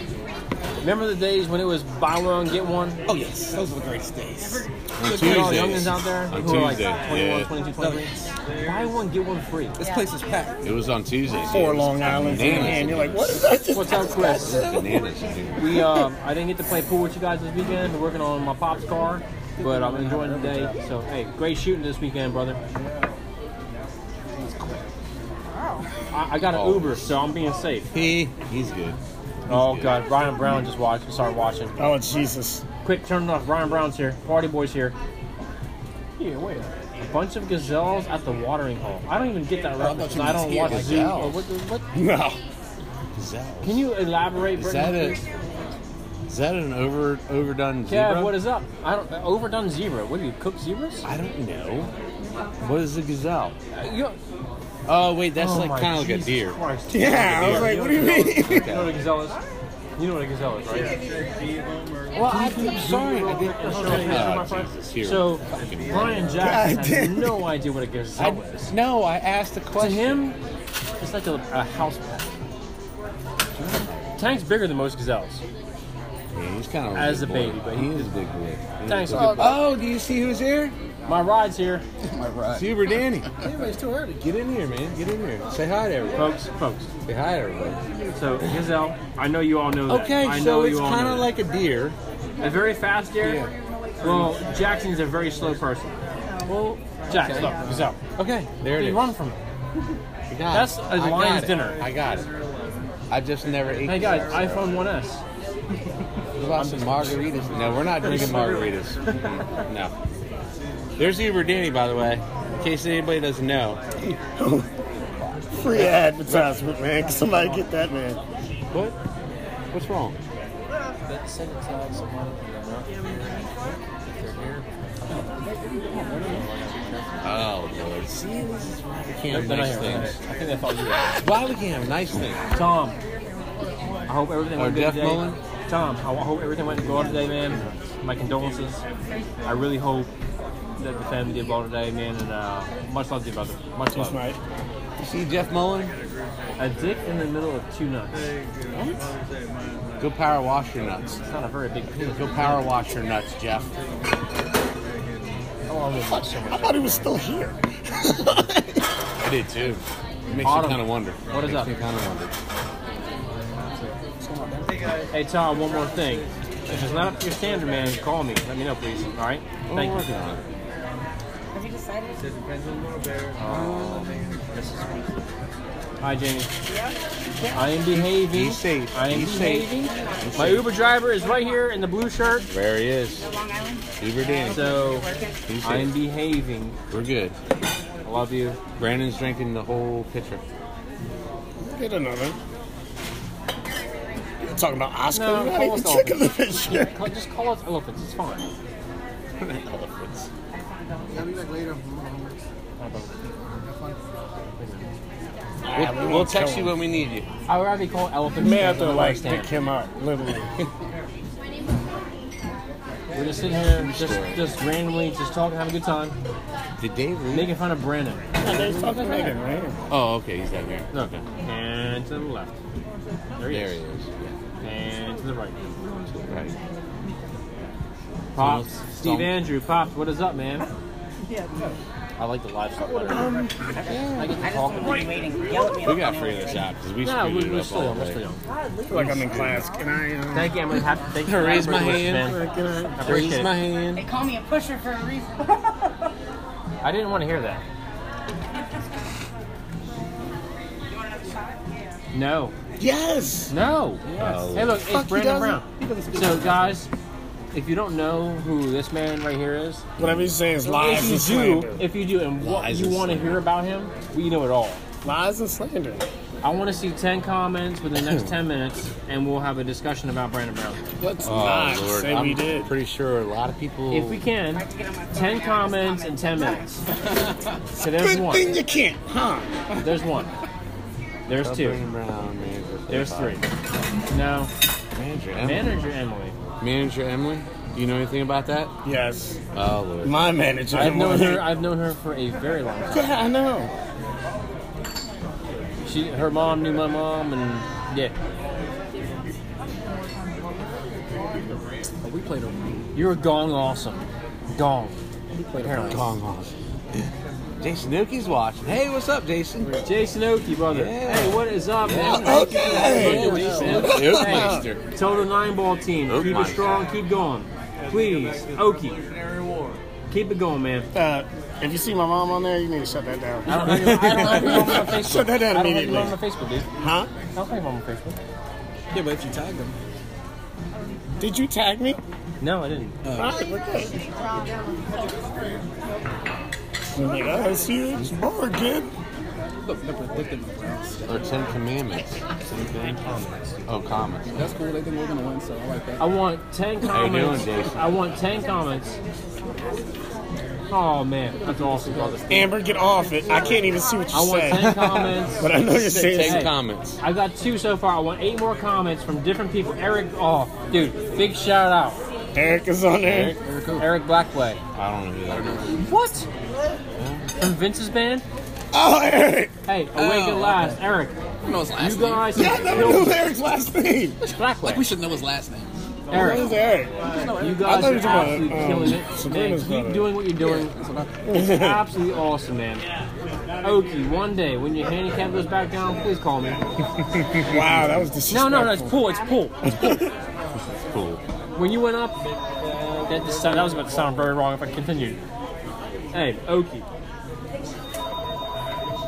Remember the days when it was buy one, get one? Oh yes, those were the greatest days. On You know all the Tuesdays. youngins out there On who are like Tuesday. 21, yeah. 22, 23? Buy one, get one free. This place is packed. It was on Tuesday. Four Long Islands in Bananas. hand. You're like, what is that? What's up, Chris? Bananas in here. We um, I didn't get to play pool with you guys this weekend. Been working on my pop's car, but I'm enjoying the day. So hey, great shooting this weekend, brother. I, I got an Uber, so I'm being safe. He, he's good. Oh God, Ryan Brown just watched. Started watching. Oh, Jesus. Quick, turn it off. Ryan Brown's here. Party boys here. Yeah, wait. A bunch of gazelles at the watering hole. I don't even get that reference. you I, don't meant watch here. Zoo. Gazelles. What, what, No. Gazelle. can you elaborate? Is Brittany, that a please? Is that an over overdone Yeah, zebra? what is up? I don't overdone zebra. What do you cook zebras? I don't know. What is a gazelle? you- Oh wait, that's Oh like my kind of like a Jesus deer. Christ. Yeah, I was like, what do you mean? You know what a gazelle is? You know what a gazelle is, right? Well, I, am sorry. I didn't. Oh, Jesus, here. So Brian Jackson has Goddamn. no idea what a I, gazelle is. no, I asked the To question. him, it's like a, a house pet. Tank's bigger than most gazelles. Yeah, he's kind of As a baby, but he is a big boy. Thanks, Oh, big boy. oh, do you see who's here? My ride's here. My ride. Super Danny. Anyway, it's too early. Get in here, man. Get in here. Say hi to everybody. Folks, folks. Say hi to everybody. So gazelle, I know you all know that. Okay, I know so it's you all know kind of that. like a deer. a very fast deer. Well, Jackson's a very slow person. Well, Jack, Okay. look, gazelle. Okay, there it You is. run from it. You got That's it. a I got lion's it. dinner. I got it. I just never ate. Hey guys, iPhone 1S. What about some margaritas? No, we're not drinking margaritas. Mm-mm. No. There's Uber Danny, by the way, in case anybody doesn't know. Free advertisement, man. Can somebody get that, man? What? What's wrong? Oh Lord! See, this is why we can't have They're not nice here, they're not things. here. I think they thought you were. Why we can't have nice things? Tom, I hope everything Or went good Jeff today. Mullen? Tom, I hope everything went well today, man. My condolences. I really hope that the family did well today, man, and uh, much love to you, brother. Much love. You see Jeff Mullen? A dick in the middle of two nuts. Go power wash your nuts. It's not a very big penis. Go power wash your nuts, Jeff. How long was it? So much. I thought he was still here. I did too. It makes Autumn. you kind of wonder. What is Makes up? Me kind of wonder. Hey Tom, one more thing. If it's not up to your standard, man, call me. Let me know, please. All right. Thank you. Have you decided? Hi, Jamie. I am behaving. Be safe. I am Be safe. behaving. My Uber driver is right here in the blue shirt, There he is. Long Island? Uber Danny. so He's I am here. behaving. We're good. I love you. Brandon's drinking the whole pitcher. Get another. You're talking about Oscar? No, You're not call even us all checking the picture. Call- Just call us elephants. It's fine. Elephants. I'll be back later. We'll, we'll text you when we need you. I would rather be called elephants. May than have to another like stand. pick him up, literally. We're just sitting here, just just randomly, just talking, having a good time, Did Dave leave? making fun of Brandon. Oh, okay. He's down here. Okay. And to the left. There he There he is. is. And to the right. Yeah. Right. Pops, Almost- Steve almost- Andrew, Pops, what is up, man? I like the livestock better. I get to talk. We got free of the shop because we No, screwed we, it we're up still all young. We're still day. young. like I'm in class. Can I? Um, Thank you. I'm gonna have to thank you. Can I raise for my the wish, hand? man. I appreciate Raise it. my hand. They call me a pusher for a reason. I didn't want to hear that. No. yes. No. Hey, look, Fuck, it's he Brandon doesn't. Brown. So, guys, if you don't know who this man right here is, Whatever he's saying is lies and if you slander. do, if you do, and what Lies you and want to slander. hear about him, we know it all. Lies and slander. I want to see 10 comments within the next 10 minutes, and we'll have a discussion about Brandon Brown. Let's Oh, not Lord. say I'm we did. pretty sure a lot of people. If we can, 10 comments in 10 minutes. So there's Good thing one. you can't, huh? There's one. There's Tell two. Brandon Brown, manager, There's three. Bob. No. Manager Emily. Manager Emily. Manager Emily. Do you know anything about that? Yes. Oh Lord. My manager. I've known wanted- her. I've known her for a very long time. Yeah, I know. She, her mom knew my mom, and yeah. We played a You're gong awesome. Gong. Apparently. Gong off. Jason Nuki's watching. Hey, what's up, Jason? Jason Oki, brother. Yeah. Hey, what is up, man? Hey, Jason. Oakmeister. Hey, total nine ball team. Oh keep my it strong. Keep going. Please, Oki. Keep it going, man. Uh, if you see my mom on there, you need to shut that down. I don't have your- I don't have your mom on Facebook. Shut that down I don't have your mom on immediately. Facebook, dude. Huh? I don't have your mom on Facebook. Yeah, but if you tag them, Did you tag me? No, I didn't. All right, look at it. Nigga, That's huge. Boy, kid. Look, never looked at my browns. Or Ten Commandments. Ten Commandments. Oh, comments. That's cool. They think we're gonna win, so I like that. I want ten How you doing, comments. Jason? I want ten comments. Oh man, that's awesome, brother. Amber, get off it. I can't even see what I you're want saying. ten comments. But I know you're saying Ten Hey. comments. I got two so far. I want eight more comments from different people. Eric, oh dude, big shout out, Eric is on there. Eric? Eric Blackway. I don't know who that is. What? From Vince's band? Oh, Eric. Hey, awake at okay. last, Eric. You know his last You name. guys, Yeah, I never knew Eric's last name. Blackway. Like we should know his last name. That Eric, was Eric. you I guys thought are you were absolutely talking about, um, killing it. Man, Sabrina's keep brother. doing what you're doing. It's absolutely awesome, man. Okie, one day when your handicap goes back down, please call me. Wow, that was disrespectful. No, no, no, it's pool, it's pool. Cool. When you went up, uh, that, just sound, that was about to sound very wrong if I continued. Hey, Okie.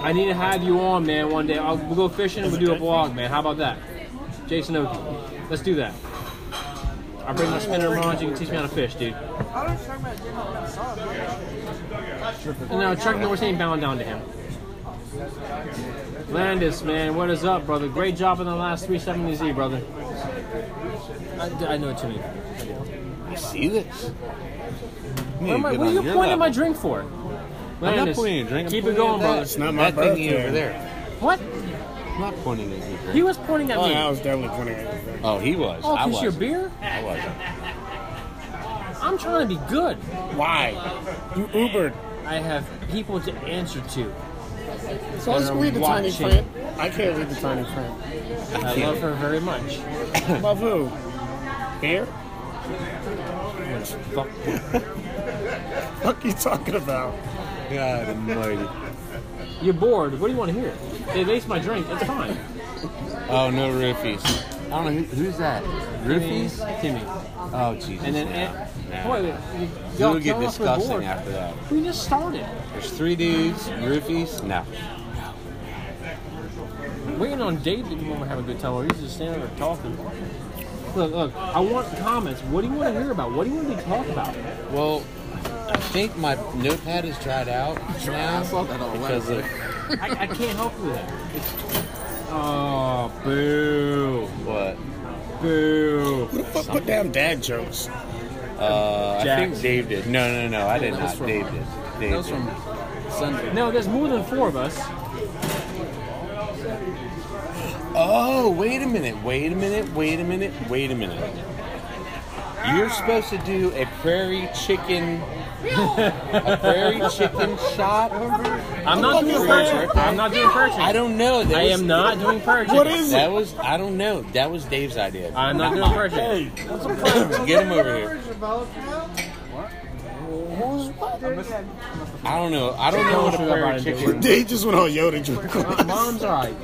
I need to have you on, man, one day. I'll, we'll go fishing and we'll do a vlog, man. How about that? Jason Okie. Let's do that. I'll bring my spinner around. You can teach me how to fish, dude. I was talking about getting up that song. And now Chuck Norris ain't bowing down to him. Landis, man, what is up, brother? Great job on the last 370Z, brother. I, I know what you mean. You see this? You What, need to am I, get what are on you your pointing at my level. drink for? I'm not Landis, pointing at drink. I'm Keep it pointing at going, that. brother. It's not my that thingy birthday. over there. What? I'm not pointing at you. drink. He was pointing at Oh, me. yeah, I was definitely pointing at Eric. Oh, he was. Oh, I was. because your beer? I wasn't. I'm trying to be good. Why? You Ubered. I have people to answer to. So let's I'm read the tiny watching. print. I can't read the tiny print. I love her very much. Love who? Here? Fuck. Fuck you talking about? God almighty. You're bored. What do you want to hear? They laced my drink. It's fine. Oh, no roofies. I don't know. Who, who's that? Roofies? Timmy. Oh, Jesus. And then, nah, eh, nah. boy, you- It y'all would get killing us with bored. disgusting after that. We just started. There's three dudes, roofies. No. Waiting on David when we're having a good time. Or he's just standing there talking. Look, look. I want comments. What do you want to hear about? What do you want me to talk about? Well, I think my notepad is dried out now because of I, I can't help you with that. It's- Oh, boo, what? boo. Who the fuck put down dad jokes? Uh, I think Jackson. Dave did. No, no, no, I did That was not. from- Dave did. That Dave was did. from Sunday. No, there's more than four of us. Oh, wait a minute, wait a minute, wait a minute, wait a minute. You're supposed to do a prairie chicken, a prairie chicken shot. I'm not doing prayer. check. I'm not doing prayer. I check. don't know. That I was- am not doing prayer. What check. is it? That was I don't know. That was Dave's idea. I'm not doing prayer. check. Get him over here. I don't know. I don't know what a Tell us prairie about it, chicken. They just went on Yoda drink. My mom's alright.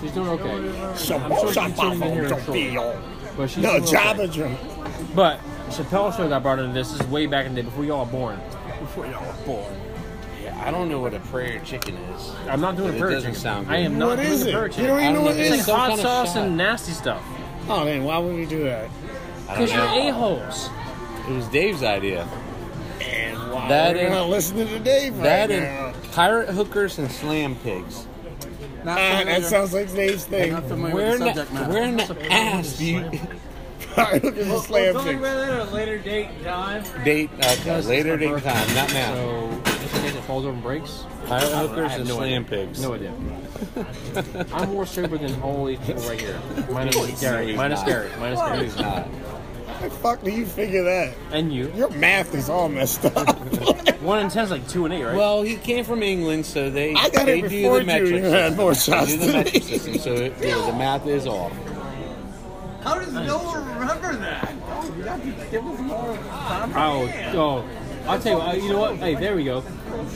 She's doing okay, sure she's tuning in here shortly. but she's No, doing okay. Jabba drink. But Chappelle show got brought into this. This is way back in the day before y'all were born. Yeah, I don't know what a prairie chicken is. I'm not doing It a prayer doesn't chicken. sound I good. am not What doing is a it? prayer You don't chicken. even I know don't what know. it It's like is. Some hot kind of sauce shot. and nasty stuff. Oh man, why would we do that? I don't Because you're know. a holes. It was Dave's idea. And why That we're is- not listening to Dave right That now? and pirate hookers and slam pigs. Not Ah, familiar. that sounds like Dave's thing. Not familiar Where in with the subject the, matter. where in the ass do you Look at the slam thing. that at a later date and time. date okay, later date time? Not now. So, just in case it falls over and breaks. Pirate hookers I have and no slam idea. pigs. No idea. I'm more sober than all these people right here. My name is Gary. he's Mine is not. Gary. Mine is It's Gary. not. How the fuck do you figure that? And you. Your math is all messed up. One and ten's like two and eight, right? Well, he came from England, so they I got they do it before the you. and metric You system. had more They shots do than the metric me. system, so it, yeah, the math is off. How does no one remember that? Oh, you gotta give us more time. Oh, oh. I'll tell you what, you know what? Hey, there we go.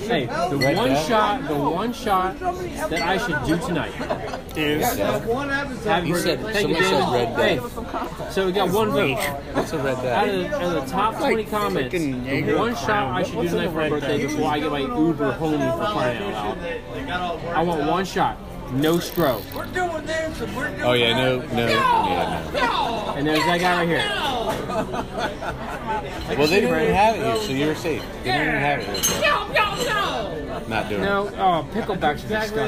Hey, the Right one there. shot, the one shot that I should do tonight. One episode. Have You Red- said- thank you, somebody said Dan. Red Day. Hey, so we got one vote. What's a red Out dot? of, the, out of the top 20 comments, the one shot I should do tonight for my birthday before I get my Uber home for crying out loud. I want one shot. No stroke. We're doing this and we're doing Oh, yeah, no, no, yeah, no. And there's that guy right here. no. Well, they didn't even have it here, so you were safe. They didn't even have it here. so No, no, no. Not doing No, oh, pickleback's disgusting.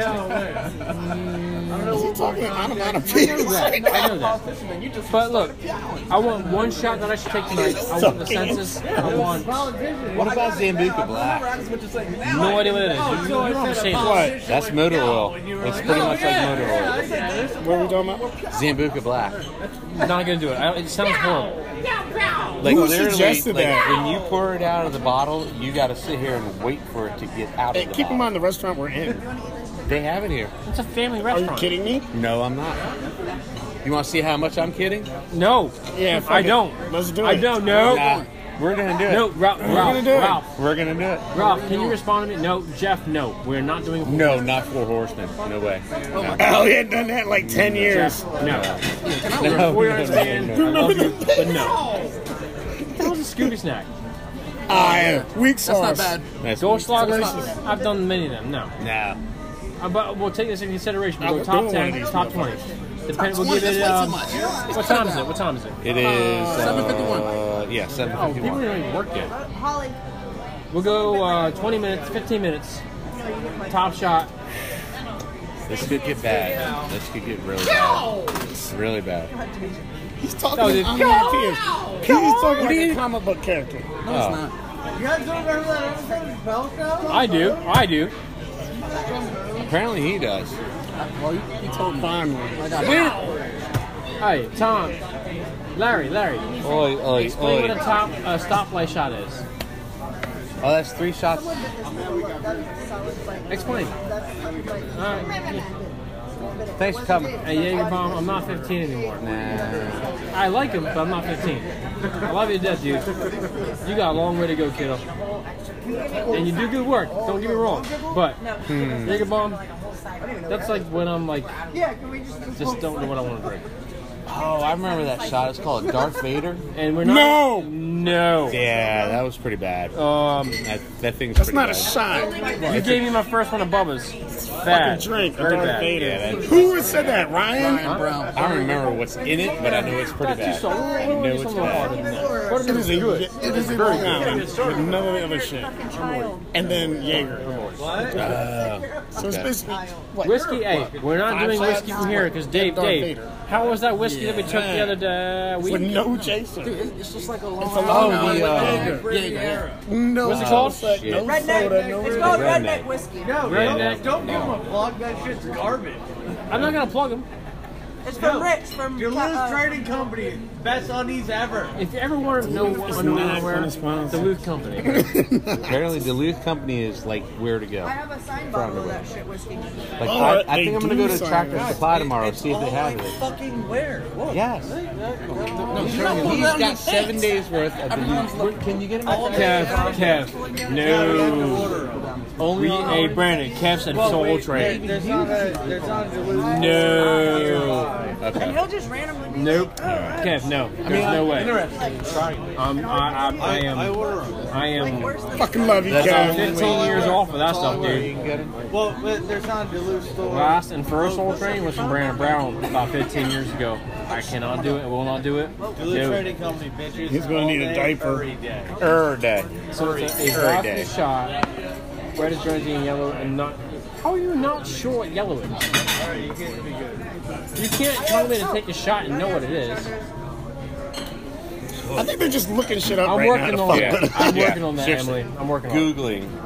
Is he talking I know that. I know that. But look, I want one shot that I should take tonight. I want the census. I want. What about Zambuca Black? No idea what it is. You don't understand What? That's motor oil. It's pretty much like motor oil. What are we talking about? Zambuca Black. Not gonna do it. I don't, it sounds horrible. Like Who literally, suggested like that? when you pour it out of the bottle, you got to sit here and wait for it to get out Hey, of the keep in bottle. mind the restaurant we're in. They have it here. It's a family Are you restaurant. kidding me? No, I'm not. You want to see how much I'm kidding? No, Yeah, fuck I it. don't. Let's do it. I don't. No, Nah, we're gonna do it. Oh. no, Ralph, We're gonna Ralph, do it. Ralph, We're gonna do it. Ralph. Can you respond to me? No, Jeff. No, we're not doing. No, not four horsemen. No way. Oh, he had done that in like 10 years. No, No, no, we Oh, no, understand. no, I no. love you, but no. That was a Scooby snack. I weak That's not sauce. bad. That's- Dorschlager. I've done many of them. No. Nah. Uh, but we'll take this into consideration. I We'll go was top doing one of ten, these top twenty. Depend- we'll 20, give it. that's Um, way too much. what time is it? What time is it? It is Uh, seven 7:51. Yeah, seven Oh, people fifty-one. haven't even worked yet. Holly, We'll go uh, twenty minutes, fifteen minutes. Top shot. This could get bad. This could get really bad. Really bad. He's talking No, dude. I'm not tears. He's talking like a comic book character. Oh. You guys don't remember that episode of Velcro? I do. I do. Apparently he does. Well, you, you told me. Finally. I got it. Hey, Tom, Larry, Larry. Oi, oi, Explain what a oi. top a stoplight shot is. Oh, that's three shots. Explain. All right. Thanks for coming. Hey, Jaeger bomb. I'm not 15 anymore. Nah. I like him, but I'm not 15. I love you to death, dude. You got a long way to go, kiddo. And you do good work. Don't get me wrong. But Jaeger bomb. Hmm. That's like when I'm like, Yeah, can we just just don't know what I want to drink. Oh, I remember that shot. It's called Darth Vader. And we're not. No. No. Yeah, that was pretty bad. Um, That, that thing's Oh. That's pretty not a bad. shot. you gave me my first one of Bubba's. Bad. Drink. Very bad. Yeah, that- Who said that? Ryan? Brown. I don't remember what's in it, but I know it's pretty Got too bad. soft. I know Maybe it's something harder bad. than that. What It is is a good. It is a very good. With none of the other shit. And then Jaeger. Uh, So it's basically what? Whiskey, hey, we're not doing whiskey from here because Dave, Darth Dave, Vader. how was that whiskey that we took the other day? With We, no chaser. It- It's just like a long. It's a long Oh, one the, uh, with Jaeger. yeah, yeah, No What's it called? shit. No soda. redneck. No It's called Redneck. redneck whiskey. No, Right don't, neck. don't give him a plug. That shit's garbage. I'm not gonna plug them. It's from Rich from. Duluth uh, Trading Company, best undies ever. If you ever want to know what not underwear, unsponsor. Duluth Company. Apparently, Duluth Company is like where to go. I have a sign bottle of that shit whiskey. Like, Oh, I, I they think I'm gonna do go to sign Tractor it. Supply tomorrow see if they have Like, it. Fucking where? Look. Yes. He's got seven days worth of Duluth. Can you get him? Kev, Kev, no. Only hey Brandon, Kev said Soul There- Train. There's not a. There's not a Duluth. No, And Okay. he'll just randomly be nope. like, oh, Kev, no. There's no way. Um, I, I, I am, I am Fucking love you, Kevin. 15 years off of that stuff, dude. Well, but there's not a Duluth store. Last and first Soul Train was from Brandon Brown about 15 years ago. I cannot do it. Will not do it. Duluth No. Trading Company, bitches. He's gonna all need day, a diaper. every day. Er day. So it's a, a Every vodka day. shot, red is grungy and yellow, and not. How are you not sure what yellow is? You can't tell me Oh, to take a shot and know what it is. I think they're just looking shit up I'm right now. working to on fuck it. with us. I'm Yeah, working on that, seriously. Emily. I'm working on it. Googling.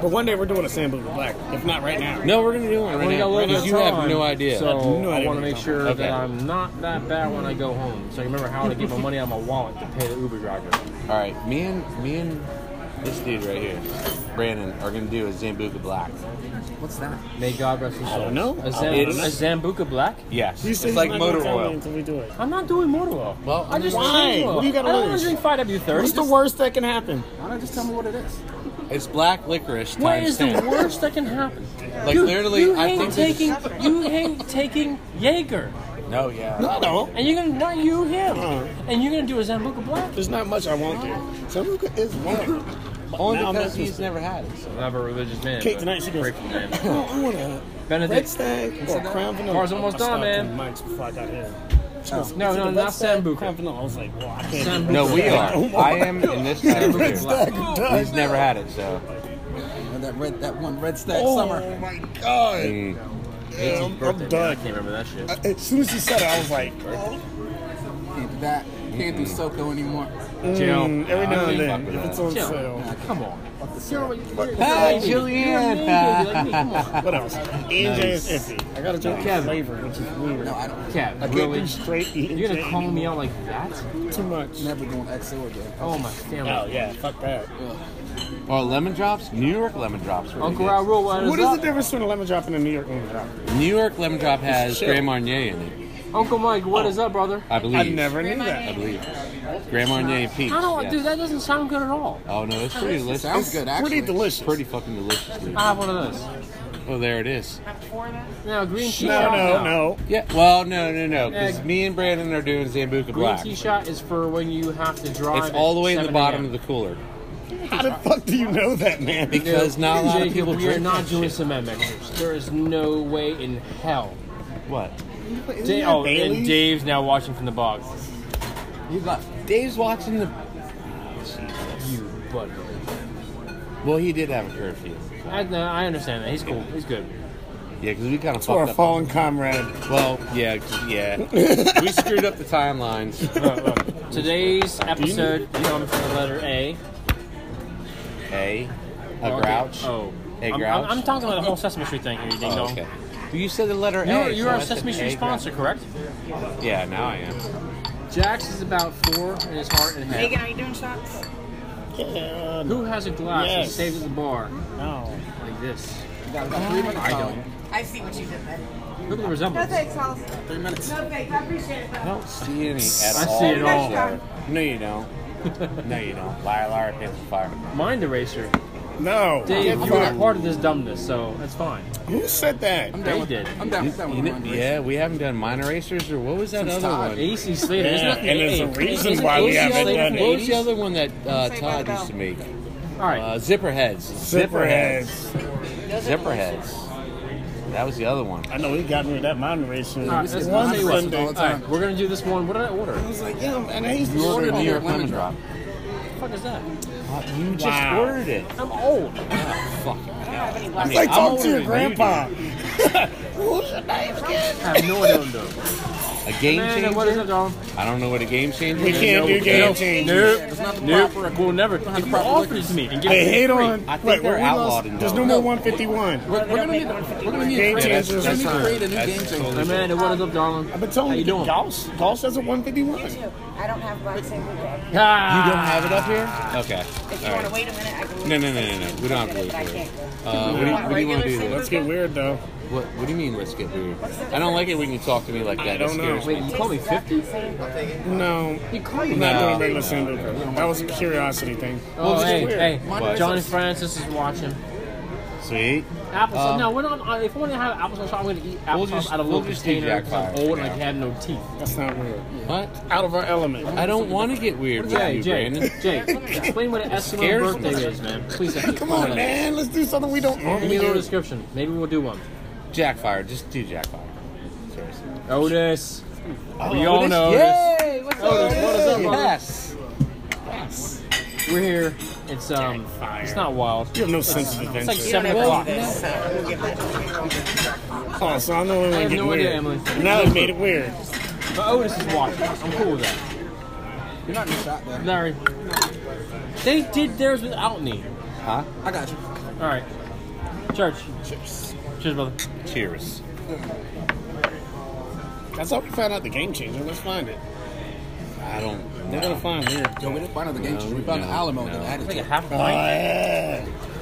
But one day we're doing a sample of the black, if not right now. No, we're gonna do I one right only got a now. little bit Because of you have time, no idea. So No I idea want to what make you're sure Okay. that I'm not that bad when I go home. So you remember how to get my money out of my wallet to pay the Uber driver. All right, me and me and this dude right here, Brandon, are gonna do a Zambuca Black. What's that? May God rest his soul. don't know. A, Zam- It's- a Zambuca Black? Yes, You said it's he's like not gonna motor tell me oil. until we do it. I'm not doing motor oil. Well, I just Why? changed oil. What do you gotta I don't want lose? to drink 5W30. What's the worst that can happen? Why don't you just tell me what it is? It's black licorice times What is the ten. worst that can happen? Like Dude, literally, you I hate think they taking you hate taking Jaeger, No, yeah. No, no. and you're gonna not you him, Uh-uh. and you're gonna do a Zambuca Black. There's not much I won't do. Sambuca is one. but Only now I'm because not he's used to it. never had it. I'm not a religious man. Kate but tonight, she goes, grateful man. "Oh, I want a red Benedict. stag or a crown vanilla. Car's almost I stopped done, man. in Mike's before I got here. She No, goes, no, "Is it no, the not red stag or Sambuca. Crown vanilla. I was like, well, I can't. Sambuca. do No, red we stag. are. don't I want am in this red category. stag. I'm done. He's never had it, so. And that red, that one red stack Oh summer. my god. Mm. Yeah, I'm, I'm I done. can't remember that shit. I- As soon as he said it, I was like, oh, Can't do that. Can't do SoCo anymore. Jail. mm, every now and fuck then, with if that. it's on Chill. sale. Come on. Hi, Julianne. What else? E and J is iffy. I got to drink Kevin. flavor, which is weird. No, I don't. I Cap, can't really? do straight E and You're J gonna call me anymore. out like that? too much. Never doing XO again. Oh my damn. Oh yeah, fuck that. Or lemon drops? New York lemon drops. were Uncle good. I roll what is What is the up? difference between a lemon drop and a New York lemon drop? New York lemon drop has Shit. Grand Marnier in it, Uncle Mike, what is up, brother? I believe. I never knew I that. believe. Grand Marnier and peach. I don't, yes. dude. That doesn't sound good at all. Oh no, it's pretty delicious. Sounds good, actually. Pretty delicious. Pretty Uh, fucking delicious. Dude. I have one of those. Well, there it is. No green tea No, shot. no, no. Yeah. Well, no, no, no. Because Yeah. me and Brandon are doing Zambuca Green Black. tea It's shot is for when you have to drive. at all the way to the 7 bottom of a.m. the cooler How the fuck do you know that, man? because not a lot of Jacob, people we are drink not that doing shit. cement mixers. There is no way in hell. What? Da- that oh, Bailey's? and Dave's now watching from the box. You got Dave's watching the. You but Well, he did have a curfew. I, no, I understand that. He's cool. He's good. Yeah, because we kind of To our fucked up. fallen comrade. Well, yeah, 'cause- yeah. we screwed up the timelines. Look, look. Today's episode comes from the letter A. A, a Okay. grouch. Oh, A I'm- I'm, grouch? I'm talking about the whole Sesame Street thing here, you ding Oh, dong. okay. Well, you said the letter You're, A. you're so I our said Sesame Street A grouch. sponsor, correct? Yeah, now I am. Jax is about four in his heart and head. Megan, are you doing shots? Yeah. Who has a glass and Yes. stays at the bar No. like this? three minutes. I I see what you did there. Look at the No resemblance. thanks, Alice. Three minutes. No thanks. I appreciate it. I don't see any at I all. see it all. Sure. No, you don't. no, you don't. Liar, liar, pants on fire. Mind eraser. No. Dave, Get you are fucked. part of this dumbness, so that's fine. Who said that? I'm They down with did. I'm down with that You one. kn- Ryan Grace. yeah, we haven't done mine erasers or what was that other Todd. one? AC Slater. Yeah, nothing- and there's hey, a reason isn't why we AC haven't Slater done from it. What was the 80s? other one that uh, Saved by Todd the used to make? All right. Uh, zipper heads. Zipper heads. Zipperheads. Zipper heads. That was the other one. I know he got me with that mind racing. All right, let's- one I'll tell you what. Sunday. all the All time. right, we're gonna do this one. What did I order? I What was like, yeah, and I used to You ordered a New York Lemon lemon drop. the fuck is that? Uh, You just Wow. ordered it. I'm old. Fuck. I mean, I'm Like, talk older to your than you, grandpa. I have no idea what I'm doing. dude. A game Man, what is changer? up, darling? I don't know what a game changer We is. can't do game changes. Nope. Nope. Nope. We'll never. If you offered it to me and give They it hate on. I think wait, they're we outlawed lost- in There's no Delaware. more 151. We're, we're gonna need. We're gonna need. Game We're changers. gonna need to create a new That's game changer. totally- Amanda, what is up, darling? I've been telling How you, you doing? Gauss, Gauss has a 151. I don't have Black Sambuca. You Ah, don't have it up here? Okay. If you All wanna right. wait a minute, I can. No, no, no, no, no. We don't have to wait for it. Uh, what, do you, what do you want to do? Let's Let's get weird though. What, what do you mean, let's get weird? I don't like it when you talk to me like that. I don't It know. scares me. Ah. Wait, you call me 50? No, You call me I'm not No. doing regular Sandoka. That was a curiosity thing. Oh, hey, weird. hey. What? Johnny Francis is watching. Sweet. Applesauce. Um, no, we're not. uh, If I want to have applesauce, I'm going to eat applesauce We'll just- out of a little we'll just do container. Jack 'cause I'm Fire old for and I now. have no teeth. That's not weird. What? Out of our element. I don't want to get weird with Jay, you, Jay, Brandon. Jay, explain what an Eskimo scares birthday me. is, man. Please, Come on, man. Let's do something we don't Give me normally a little do. description. Maybe we'll do one. Jackfire. Just do Jackfire. Seriously. Otis. Oh, we all know Otis. Yay! What's up? Otis, what is up, Otis? Yes. We're here. It's um, it's not wild. You have no sense of It's like adventure. seven o'clock. Oh, so I know we I have no went getting idea, weird. Emily. Now it made it weird. But Otis is watching. I'm cool with that. You're not in the shot though. Larry. They did theirs without me. Huh? I got you. All right. Church. Cheers. Cheers, brother. Cheers. That's how we found out the game changer. Let's find it. I don't. We're gonna find weird. Yo, we didn't find out the game changer. We found no, the Alamo no. and added Like to a it. half a Oh, pint.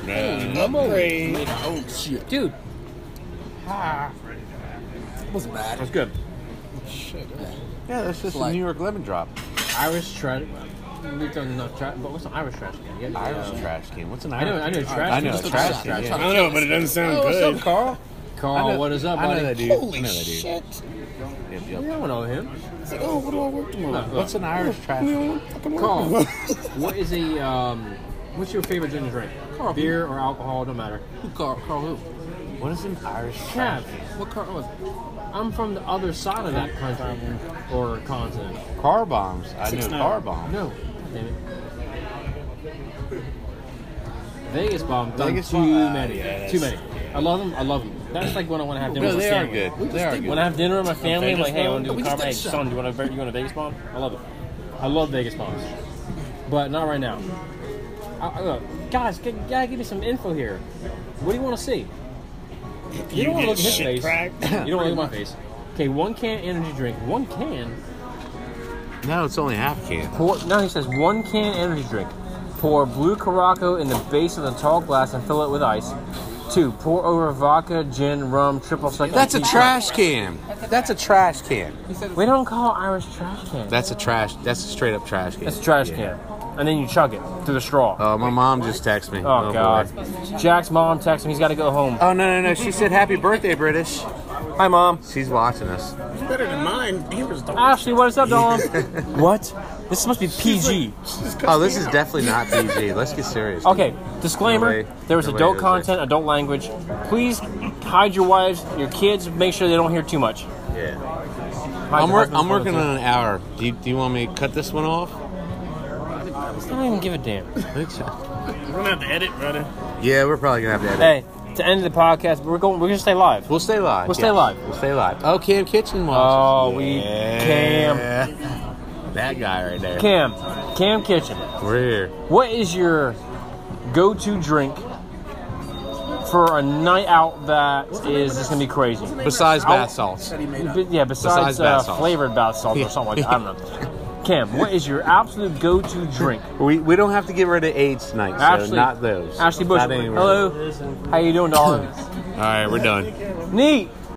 yeah. No, no, Upgrade. Oh shit, Dude, that was bad. that's good. Yeah, that's just Like- a New York lemon drop. Uh, Irish trash. We've done enough trash, but what's an Irish trash can? Yeah, Irish yeah. trash can. What's an I Irish? know- I know trash I know can. a trash can. Trash I Yeah. don't know, but it doesn't sound good. Carl? Carl, I know- what is up, I know buddy? that dude. I Holy know that dude. shit. Yep, You yep. don't know him. It's like, oh, what do I work tomorrow? Look, What's an Irish trash We can? don't fucking work Carl, tomorrow. what is a um, What's your favorite ginger drink? Carl. Beer or alcohol, don't matter. Who Carl? Carl who? What is an Irish Kev, what Carl was? I'm from the other side of that country or continent. Car bombs. I knew car bombs. No, damn it. Vegas bomb. Done Vegas too bomb, ah, many. yeah, that's- too many. I love them. I love them. That's like when I want to have dinner No, with they my are family. good. We just They are did- When I have dinner with my A family, I'm Vegas like, hey, I want to bomb? do a We just comedy. Hey, did son, do you want to you want a Vegas bomb? I love it. I love Vegas bombs, but not right now. I, I, look, guys, g- gotta give me some info here. What do you want to see? You, You don't want to get look at his shit face. cracked. You don't want to look at my face. Okay, one can energy drink. One can. No, it's only half can. Pour, no, he says one can energy drink. Pour blue Caraco in the base of the tall glass and fill it with ice. Two, pour over vodka, gin, rum, triple sec. That's a trash can. That's a trash can. We don't call Irish trash can. That's a trash. That's a straight up trash can. That's a trash can. And then you chug it through the straw. Oh, my mom just texted me. Oh, boy. God. Jack's mom texts him. He's got to go home. Oh no no no! She said happy birthday, British. Hi mom. She's watching us. It's better than mine. Amber's dog. Ashley, what is up, Dom? what? This must be PG. Oh, this is definitely not PG. Let's get serious. Okay, disclaimer: Nobody- there is nobody adult is content, adult language. Please hide your wives, your kids. Make sure they don't hear too much. Hide Yeah. I'm, your wor- husbands, I'm working brothers, on an hour. Do you, do you want me to cut this one off? I don't even give a damn. We're gonna have to edit, brother. Yeah, we're probably gonna have to edit. Hey, to end the podcast, we're going. We're gonna stay live. We'll stay live. We'll stay yeah. live. We'll stay live. Oh, Cam Kitchen watches. Oh, we- Cam. That guy right there. Cam, Cam Kitchen. We're here. What is your go-to drink for a night out that is just gonna be crazy? Besides I'll- bath salts. B- yeah, besides, Besides bath uh, salts. flavored bath salts or something like that. I don't know. Cam, what is your absolute go-to drink? We, we don't have to get rid of AIDS tonight, so Ashley, not those. Ashley Bush. Not any of Hello. How you doing, darling? those. All right, we're done. Neat.